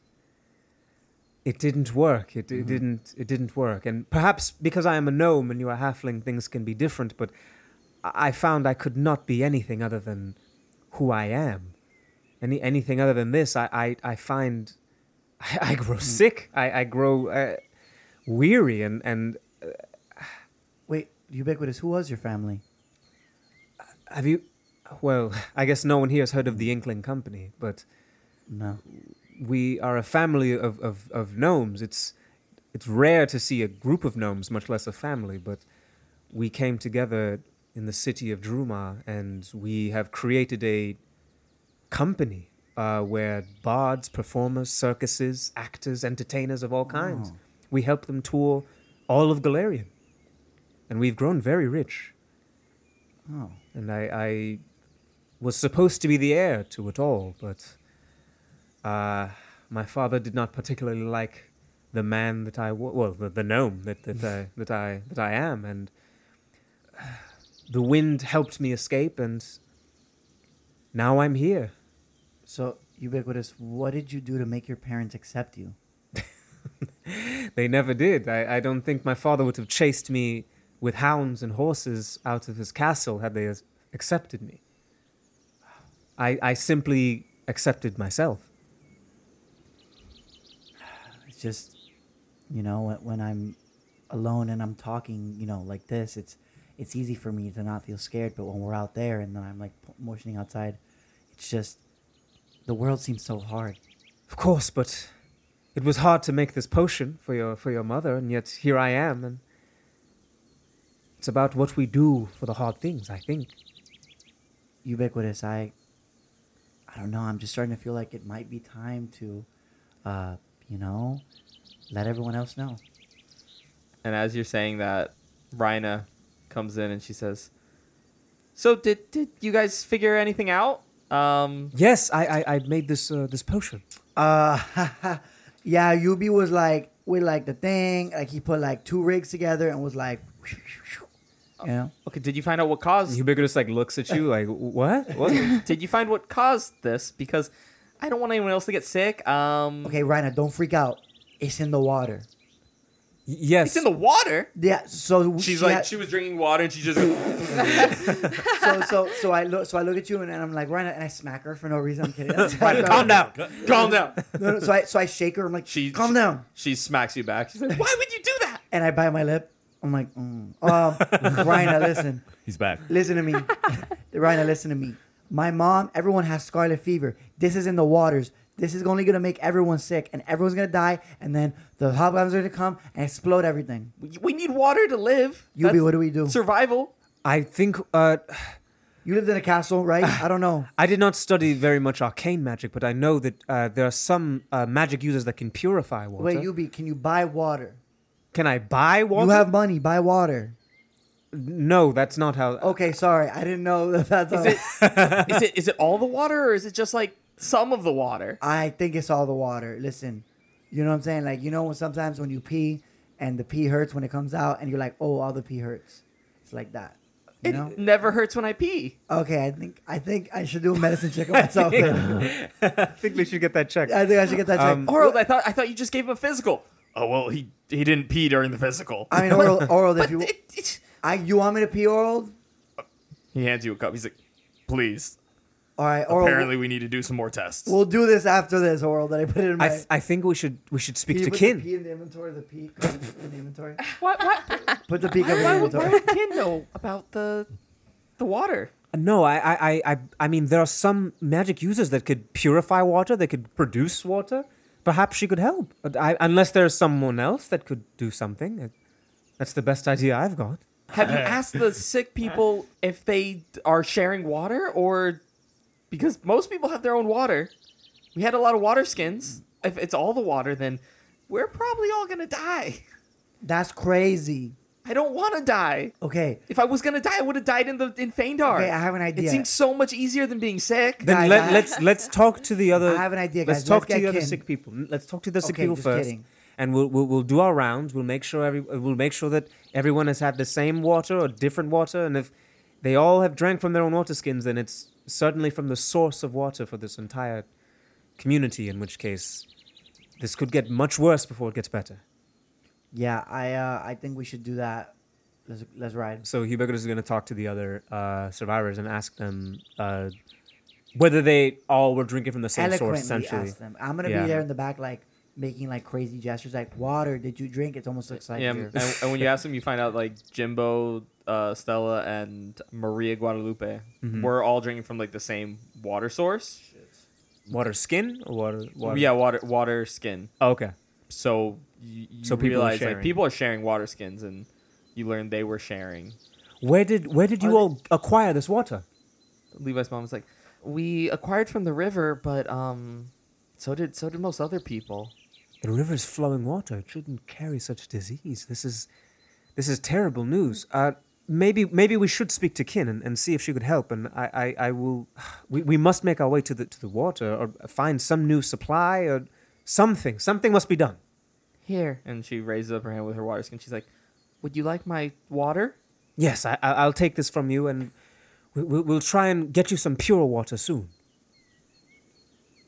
Speaker 4: it didn't work. It, it didn't. It didn't work. And perhaps because I am a gnome and you are halfling, things can be different. But I I found I could not be anything other than who I am. Any anything other than this, I I, I find I, I grow sick. I I grow uh, weary and and
Speaker 2: Wait, ubiquitous, who was your family?
Speaker 4: Have you? Well, I guess no one here has heard of the Inkling Company, but
Speaker 2: No.
Speaker 4: we are a family of, of, of gnomes. It's it's rare to see a group of gnomes, much less a family, but we came together in the city of Druma and we have created a company uh, where bards, performers, circuses, actors, entertainers of all kinds. We help them tour all of Galarian. And we've grown very rich.
Speaker 2: Oh.
Speaker 4: And I, I was supposed to be the heir to it all, but uh, my father did not particularly like the man that I wa- well the, the gnome that that I that I that I am, and uh, the wind helped me escape, and now I'm here.
Speaker 2: So, Ubiquitous, what did you do to make your parents accept you?
Speaker 4: They never did. I, I don't think my father would have chased me with hounds and horses out of his castle had they as- accepted me. I, I simply accepted myself.
Speaker 2: It's just, you know, when, when I'm alone and I'm talking, you know, like this, it's it's easy for me to not feel scared. But when we're out there and then I'm like po- motioning outside, it's just the world seems so hard.
Speaker 4: Of course, but it was hard to make this potion for your for your mother, and yet here I am, and it's about what we do for the hard things, I think.
Speaker 2: Ubiquitous, I, I don't know. I'm just starting to feel like it might be time to, uh, you know, let everyone else know.
Speaker 1: And as you're saying that, Rhina comes in and she says, "So did did you guys figure anything out?" Um,
Speaker 4: Yes, I I, I made this uh, this potion.
Speaker 2: Uh, yeah, Yubi was like with like the thing, like he put like two rigs together and was like, you know,
Speaker 1: okay, did you find out what caused?
Speaker 4: Ubiquitous like looks at you like what?
Speaker 1: what? did you find what caused this? Because I don't want anyone else to get sick. Um,
Speaker 2: okay, Rhina, don't freak out. It's in the water.
Speaker 4: yes,
Speaker 1: it's in the water.
Speaker 2: Yeah, so
Speaker 1: She's
Speaker 2: she
Speaker 1: like,
Speaker 2: had-
Speaker 1: she was drinking water and she just.
Speaker 2: so so so I look so I look at you and, and I'm like Rhina and I smack her for no reason. I'm kidding.
Speaker 1: Rhina, calm down. Calm down.
Speaker 2: No, no, so I so I shake her. I'm like,
Speaker 1: She
Speaker 2: calm
Speaker 1: she-
Speaker 2: down.
Speaker 1: She smacks you back. She's like, "Why would you do that?"
Speaker 2: And I bite my lip. I'm like, mm. um, Rhina, listen.
Speaker 6: He's back.
Speaker 2: Listen to me. Rhina, listen to me. My mom, everyone has scarlet fever. This is in the waters. This is only gonna make everyone sick and everyone's gonna die and then the hobgoblins are gonna come and explode everything.
Speaker 1: We, we need water to live.
Speaker 2: Yubi,
Speaker 1: That's
Speaker 2: what do we do?
Speaker 1: Survival.
Speaker 4: I think uh,
Speaker 2: You lived in a castle, right? I don't know.
Speaker 4: I did not study very much arcane magic, but I know that uh, there are some uh, magic users that can purify water.
Speaker 2: Wait, Yubi, can you buy water?
Speaker 4: can I buy water?
Speaker 2: You have money, buy water.
Speaker 4: no. That's not how.
Speaker 2: Okay, sorry. I didn't know that that's all.
Speaker 1: is it is it all the water or is it just like some of the water?
Speaker 2: I think it's all the water. Listen, you know what I'm saying? Like, you know when sometimes when you pee and the pee hurts when it comes out and you're like, oh, all the pee hurts. It's like that. You
Speaker 1: It
Speaker 2: know?
Speaker 1: never hurts when I pee.
Speaker 2: Okay, I think I think I should do a medicine check on myself. then.
Speaker 4: I think we should get that checked.
Speaker 2: I think I should get that check.
Speaker 4: Um,
Speaker 1: Harold, I thought I thought you just gave him a physical. Oh well, he he didn't pee during the physical.
Speaker 2: I mean, oral, oral. If you,
Speaker 1: It- it-
Speaker 2: I, you want me to pee oral?
Speaker 1: he hands you a cup. He's like, "Please."
Speaker 2: All right, oral.
Speaker 1: Apparently, we need to do some more tests.
Speaker 2: we'll do this after this oral that I put it in my.
Speaker 4: I, th- I think we should we should speak
Speaker 2: Can you
Speaker 4: to
Speaker 2: put
Speaker 4: Kin.
Speaker 2: The pee in the inventory. The pee cup in the inventory.
Speaker 1: what, what,
Speaker 2: Put the pee cup in the
Speaker 1: why, would, why
Speaker 2: inventory.
Speaker 1: would Ken know about the the water?
Speaker 4: No, I, I, I- I, I mean, there are some magic users that could purify water, they could produce water. Perhaps she could help. But I, unless there's someone else that could do something. That- That's the best idea I've got.
Speaker 1: Have you asked the sick people if they are sharing water or because most people have their own water? We had a lot of water skins. If it's all the water, then we're probably all gonna die.
Speaker 2: That's crazy.
Speaker 1: I don't want to die.
Speaker 2: Okay,
Speaker 1: If I was gonna die, I would have died in the in Feindar.
Speaker 2: Okay, I have an idea.
Speaker 1: It seems so much easier than being sick.
Speaker 4: Then
Speaker 2: Guys,
Speaker 4: let,
Speaker 2: I-
Speaker 4: let's let's talk to the other.
Speaker 2: I have an idea,
Speaker 4: Let's
Speaker 2: guys.
Speaker 4: talk
Speaker 2: Let's
Speaker 4: to
Speaker 2: get
Speaker 4: the other
Speaker 2: Kin.
Speaker 4: sick people. N- Let's talk to the sick
Speaker 2: Okay,
Speaker 4: people
Speaker 2: just
Speaker 4: first,
Speaker 2: kidding.
Speaker 4: and we'll, we'll we'll do our rounds. We'll make sure every we'll make sure that everyone has had the same water or different water, and if they all have drank from their own water skins, then it's certainly from the source of water for this entire community. In which case, this could get much worse before it gets better.
Speaker 2: yeah, I uh, I think we should do that. Let's let's ride.
Speaker 4: So Hubertus is going to talk to the other uh, survivors and ask them uh, whether they all were drinking from the same source.
Speaker 2: Eloquently
Speaker 4: Essentially,
Speaker 2: ask them. I'm gonna
Speaker 4: Yeah.
Speaker 2: be there in the back, like making like crazy gestures, like water. Did you drink? It almost looks like
Speaker 1: Yeah,
Speaker 2: you're-
Speaker 1: and, and when you ask them, you find out like Jimbo, uh, Stella, and Maria Guadalupe
Speaker 4: Mm-hmm.
Speaker 1: were all drinking from like the same water source.
Speaker 4: water skin or water. water?
Speaker 1: Yeah, water, water skin.
Speaker 4: Oh, okay.
Speaker 1: So you, you
Speaker 4: So people are
Speaker 1: realize like
Speaker 4: sharing.
Speaker 1: people are sharing water skins, and you learn they were sharing.
Speaker 4: Where did where did you all acquire this water?
Speaker 1: Levi's mom was like, "We acquired from the river, but um, so did so did most other people."
Speaker 4: The river is flowing water. It shouldn't carry such disease. This is this is terrible news. Uh, maybe maybe we should speak to Kin and, and see if she could help. And I, I, I will. We, we must make our way to the to the water or find some new supply or something. Something must be done.
Speaker 1: Here. And she raises up her hand with her water skin. She's like, Would you like my water?
Speaker 4: Yes, I, I- I'll take this from you, and we, we, we'll try and get you some pure water soon.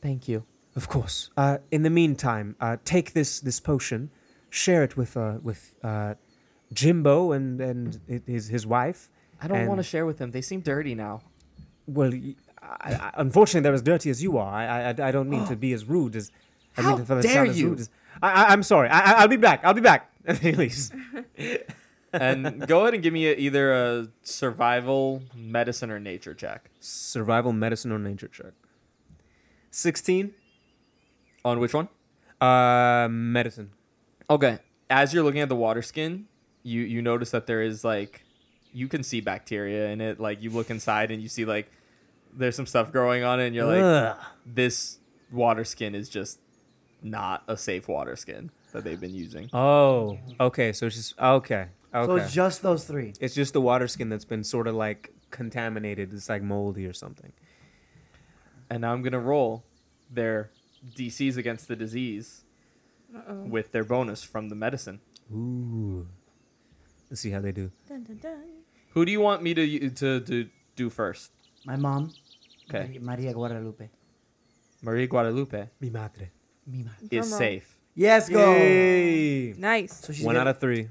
Speaker 1: Thank you.
Speaker 4: Of course. Uh, in the meantime, uh, take this this potion, share it with uh, with uh, Jimbo and and hi- his his wife.
Speaker 1: I don't want to
Speaker 4: and-
Speaker 1: share with them. They seem dirty now.
Speaker 4: Well, y I I unfortunately, they're as dirty as you are. I, I, I- I don't mean to be as rude as. I
Speaker 1: Oh. How
Speaker 4: mean for the
Speaker 1: dare
Speaker 4: sound as
Speaker 1: you!
Speaker 4: rude as. I, I, I'm sorry. I, I- I'll be back. I'll be back. And he leaves.
Speaker 1: and go ahead and give me a, either a survival, medicine, or nature check.
Speaker 4: Survival medicine or nature check. Sixteen.
Speaker 1: On which one?
Speaker 4: Uh, medicine.
Speaker 1: Okay. As you're looking at the water skin, you you notice that there is like you can see bacteria in it. Like you look inside and you see like there's some stuff growing on it, and you're like,
Speaker 4: Ugh.
Speaker 1: this water skin is just not a safe water skin that they've been using.
Speaker 4: Oh, okay. So it's just okay.
Speaker 2: So
Speaker 4: Okay.
Speaker 2: it's just those three.
Speaker 4: It's just the water skin that's been sort of like contaminated. It's like moldy or something.
Speaker 1: And now I'm gonna roll their DCs against the disease
Speaker 5: Uh-oh.
Speaker 1: with their bonus from the medicine.
Speaker 4: Ooh. Let's see how they do.
Speaker 5: Dun, dun, dun.
Speaker 1: Who do you want me to to, to do first?
Speaker 2: My mom.
Speaker 1: Okay.
Speaker 2: Maria Guadalupe.
Speaker 1: Maria Guadalupe
Speaker 4: Mi madre.
Speaker 2: Mi madre.
Speaker 1: is
Speaker 5: Drum roll.
Speaker 1: safe.
Speaker 2: Yes, go.
Speaker 4: Yay.
Speaker 5: Nice.
Speaker 2: So she's
Speaker 4: One out of three.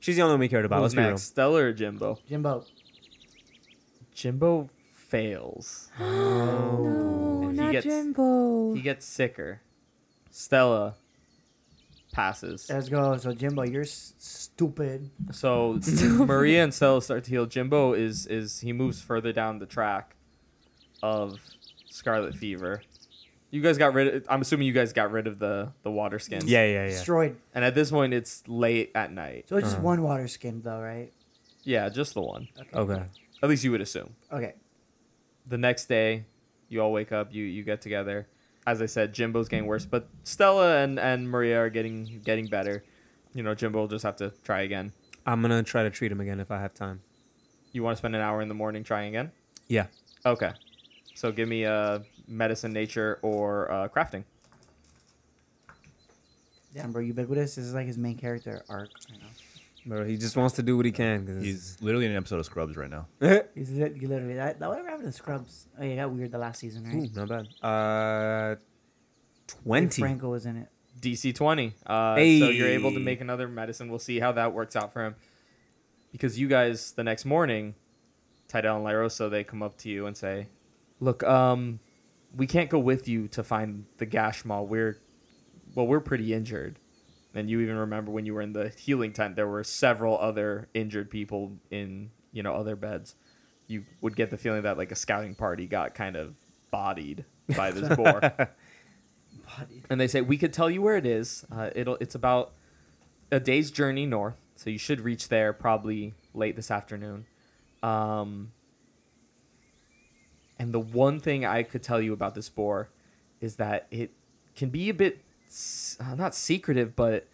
Speaker 4: She's the only one we cared about.
Speaker 1: Who's
Speaker 4: Let's be real.
Speaker 1: next, Stella or Jimbo?
Speaker 2: Jimbo.
Speaker 1: Jimbo fails.
Speaker 5: no,
Speaker 1: And he
Speaker 5: not
Speaker 1: gets-
Speaker 5: Jimbo.
Speaker 1: He gets sicker. Stella passes.
Speaker 2: Let's go. So Jimbo, you're s- stupid.
Speaker 1: So Maria and Stella start to heal. Jimbo is is he moves further down the track of Scarlet Fever. You guys got rid of I'm assuming you guys got rid of the the water skins.
Speaker 4: Yeah, yeah, yeah.
Speaker 2: Destroyed.
Speaker 1: And at this point it's late at night.
Speaker 2: So it's just
Speaker 4: Uh-huh.
Speaker 2: one water skin, though, right?
Speaker 1: Yeah, just the one.
Speaker 4: Okay.
Speaker 1: At least you would assume.
Speaker 2: Okay.
Speaker 1: the next day you all wake up you you get together as i said jimbo's getting worse but stella and and maria are getting getting better you know jimbo will just have to try again
Speaker 4: I'm gonna try to treat him again if I have time.
Speaker 1: you want to spend an hour in the morning trying again
Speaker 4: Yeah.
Speaker 1: okay so give me a medicine nature or uh, crafting
Speaker 2: Damn, bro, ubiquitous. This is like his main character arc. Right now.
Speaker 4: Bro, he just wants to do what he can. 'cause-
Speaker 6: He's literally in an episode of Scrubs right now.
Speaker 2: He's lit- you literally that. That whatever happened to Scrubs? Oh yeah, it got weird the last season, right?
Speaker 4: Ooh, not bad. Uh,
Speaker 2: Dave
Speaker 4: twenty.
Speaker 2: Franco was in it.
Speaker 1: dc 20 uh, so you're able to
Speaker 4: Hey.
Speaker 1: make another medicine we'll see how that works out for him because you guys the next morning tidal and Larosa, they come up to you and say look um we can't go with you to find the gash mall we're well we're pretty injured and you even remember when you were in the healing tent there were several other injured people in you know other beds you would get the feeling that like a scouting party got kind of bodied by this boar
Speaker 2: Body.
Speaker 1: and they say we could tell you where it is. Uh, it'll it's about a day's journey north, so you should reach there probably late this afternoon. Um, and the one thing I could tell you about this boar is that it can be a bit s- uh, not secretive, but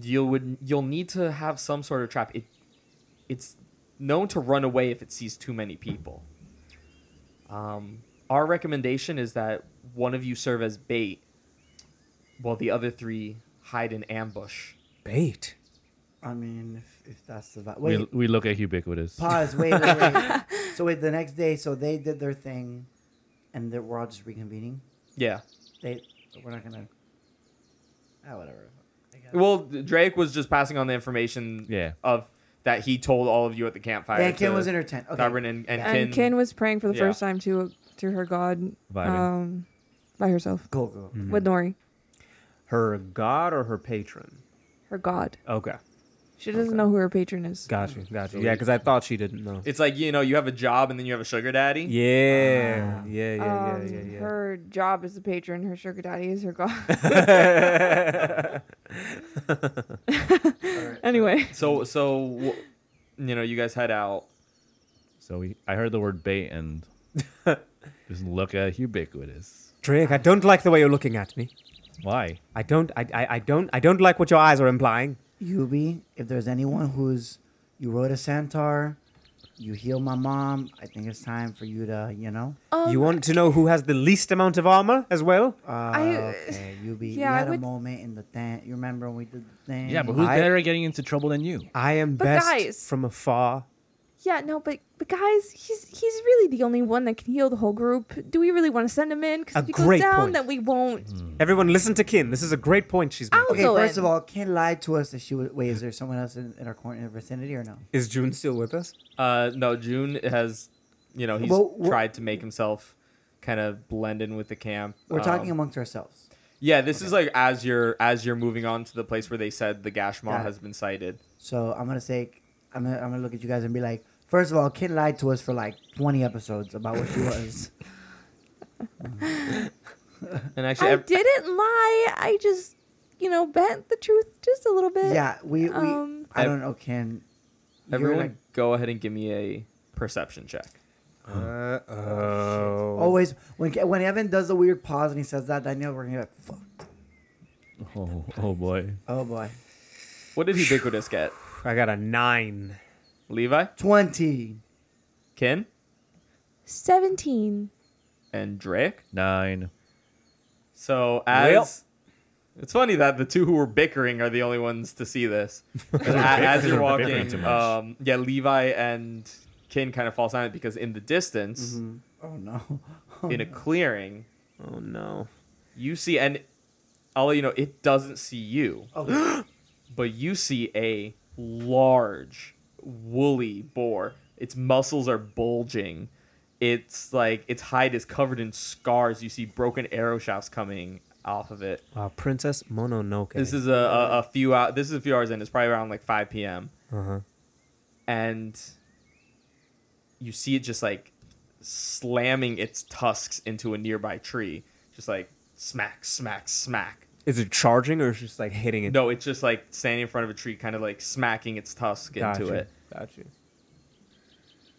Speaker 1: you would you'll need to have some sort of trap. It it's known to run away if it sees too many people. Um, our recommendation is that one of you serve as bait, while the other three hide in ambush.
Speaker 4: Bait.
Speaker 2: I mean, if, if that's the vibe. Wait,
Speaker 6: We, we look at ubiquitous.
Speaker 2: pause. Wait, wait, wait. so wait, the next day, so they did their thing, and they're, we're all just reconvening.
Speaker 1: Yeah.
Speaker 2: They, we're not gonna. Ah, whatever. I guess.
Speaker 1: Well, Drake was just passing on the information.
Speaker 6: Yeah.
Speaker 1: Of that he told all of you at the campfire.
Speaker 2: yeah, Ken
Speaker 1: to
Speaker 2: was in her tent. Okay.
Speaker 1: Darwin and, and,
Speaker 5: and
Speaker 1: Ken.
Speaker 5: Ken, was praying for the
Speaker 1: Yeah.
Speaker 5: first time to to her god,
Speaker 6: Vibing.
Speaker 2: Uh.
Speaker 5: um, by herself
Speaker 2: Go go.
Speaker 1: Mm-hmm.
Speaker 5: with Nori,
Speaker 4: Her god or her patron?
Speaker 5: her god.
Speaker 4: Okay.
Speaker 5: She doesn't know who her patron is.
Speaker 4: Got you. Got you.
Speaker 1: So
Speaker 4: Yeah,
Speaker 1: we-
Speaker 4: because I thought she didn't know.
Speaker 1: It's like you know you have a job and then you have a sugar daddy.
Speaker 4: Yeah. yeah. Yeah. Yeah.
Speaker 5: um,
Speaker 4: Yeah. Yeah.
Speaker 5: Her job is the patron. Her sugar daddy is her god. anyway,
Speaker 1: So so, w- you know you guys head out.
Speaker 6: So we, I heard the word bait and just look at ubiquitous.
Speaker 4: Drake, I don't like the way you're looking at me.
Speaker 6: Why?
Speaker 4: I don't. I, I. I don't. I don't like what your eyes are implying.
Speaker 2: Yubi, if there's anyone who's You rode a centaur. You heal my mom. I think it's time for you to, you know.
Speaker 5: Um,
Speaker 4: You want to know who has the least amount of armor as well?
Speaker 2: Uh,
Speaker 5: I-
Speaker 2: okay, you be.
Speaker 5: yeah,
Speaker 2: we
Speaker 5: I
Speaker 2: had
Speaker 5: would-
Speaker 2: a moment in the tent. You remember when we did the thing?
Speaker 6: Yeah, but who's
Speaker 4: I-
Speaker 6: better at getting into trouble than you?
Speaker 4: I am
Speaker 5: But
Speaker 4: best
Speaker 5: guys-
Speaker 4: from afar.
Speaker 5: Yeah, no, but but guys, he's he's really the only one that can heal the whole group. Do we really want to send him in?
Speaker 4: A
Speaker 5: Because if he
Speaker 4: great
Speaker 5: goes down,
Speaker 4: point. Mm.
Speaker 5: then we won't.
Speaker 4: Everyone, listen to Kin. This is a great point she's making.
Speaker 5: Ow.
Speaker 2: Okay,
Speaker 5: Go
Speaker 2: first
Speaker 5: in.
Speaker 2: of all, Ken lied to us that she was. Wait, is there someone else in, in our corner in the vicinity or no?
Speaker 4: Is June still with us?
Speaker 1: Uh, no, June has, you know, he's
Speaker 2: Well, we're-
Speaker 1: tried to make himself kind of blend in with the camp.
Speaker 2: We're talking
Speaker 1: Um,
Speaker 2: amongst ourselves.
Speaker 1: Yeah, this is like as you're as you're moving on to the place where they said the Gashmaw
Speaker 2: Got it.
Speaker 1: has been sighted.
Speaker 2: So I'm gonna say, I'm gonna, I'm gonna look at you guys and be like, first of all, Ken lied to us for like 20 episodes about what she was.
Speaker 1: And actually,
Speaker 5: I
Speaker 1: ev-
Speaker 5: didn't lie. I just, you know, bent the truth just a little bit.
Speaker 2: yeah, we, we
Speaker 5: Um,
Speaker 2: I don't know, Ken. You're
Speaker 1: everyone,
Speaker 2: like-
Speaker 1: go ahead and give me a perception check.
Speaker 4: Uh oh.
Speaker 2: always when Ke- when Evan does the weird pause and he says that, I know we're gonna be like, fuck.
Speaker 6: Oh, oh boy.
Speaker 2: Oh boy,
Speaker 1: What did ubiquitous get?
Speaker 4: I got a nine.
Speaker 1: Levi,
Speaker 2: 20.
Speaker 1: Ken,
Speaker 5: Seventeen.
Speaker 1: and Drake.
Speaker 6: Nine.
Speaker 1: So as it's funny that the two who were bickering are the only ones to see this. 'Cause a- as you're
Speaker 6: Bickering too
Speaker 1: walking,
Speaker 6: much.
Speaker 1: um, yeah, Levi and Kin kind of fall silent because in the distance,
Speaker 2: Oh no.
Speaker 1: in a clearing,
Speaker 4: Oh no.
Speaker 1: you see, and I'll let you know it doesn't see you, but you see a large woolly boar. Its muscles are bulging. It's like its hide is covered in scars. You see broken arrow shafts coming off of it.
Speaker 4: Uh, Princess Mononoke.
Speaker 1: This is a, a, a few hours. This is a few hours in. It's probably around like 5 p.m.
Speaker 4: Uh-huh.
Speaker 1: And you see it just like slamming its tusks into a nearby tree, just like smack, smack, smack.
Speaker 4: Is it charging or is it just like hitting it?
Speaker 1: No, it's just like standing in front of a tree, kind of like smacking its tusk into it.
Speaker 4: Gotcha.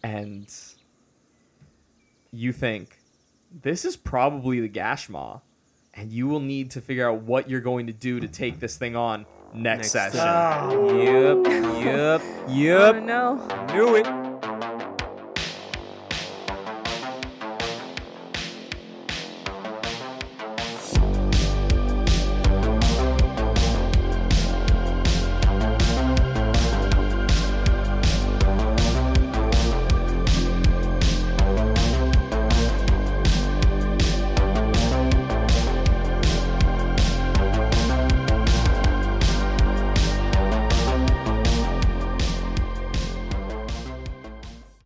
Speaker 1: And you think this is probably the Gashmaw, and you will need to figure out what you're going to do to take this thing on next,
Speaker 4: Next
Speaker 1: session.
Speaker 4: Yep. Yep. Yep.
Speaker 5: Oh no.
Speaker 4: Knew it.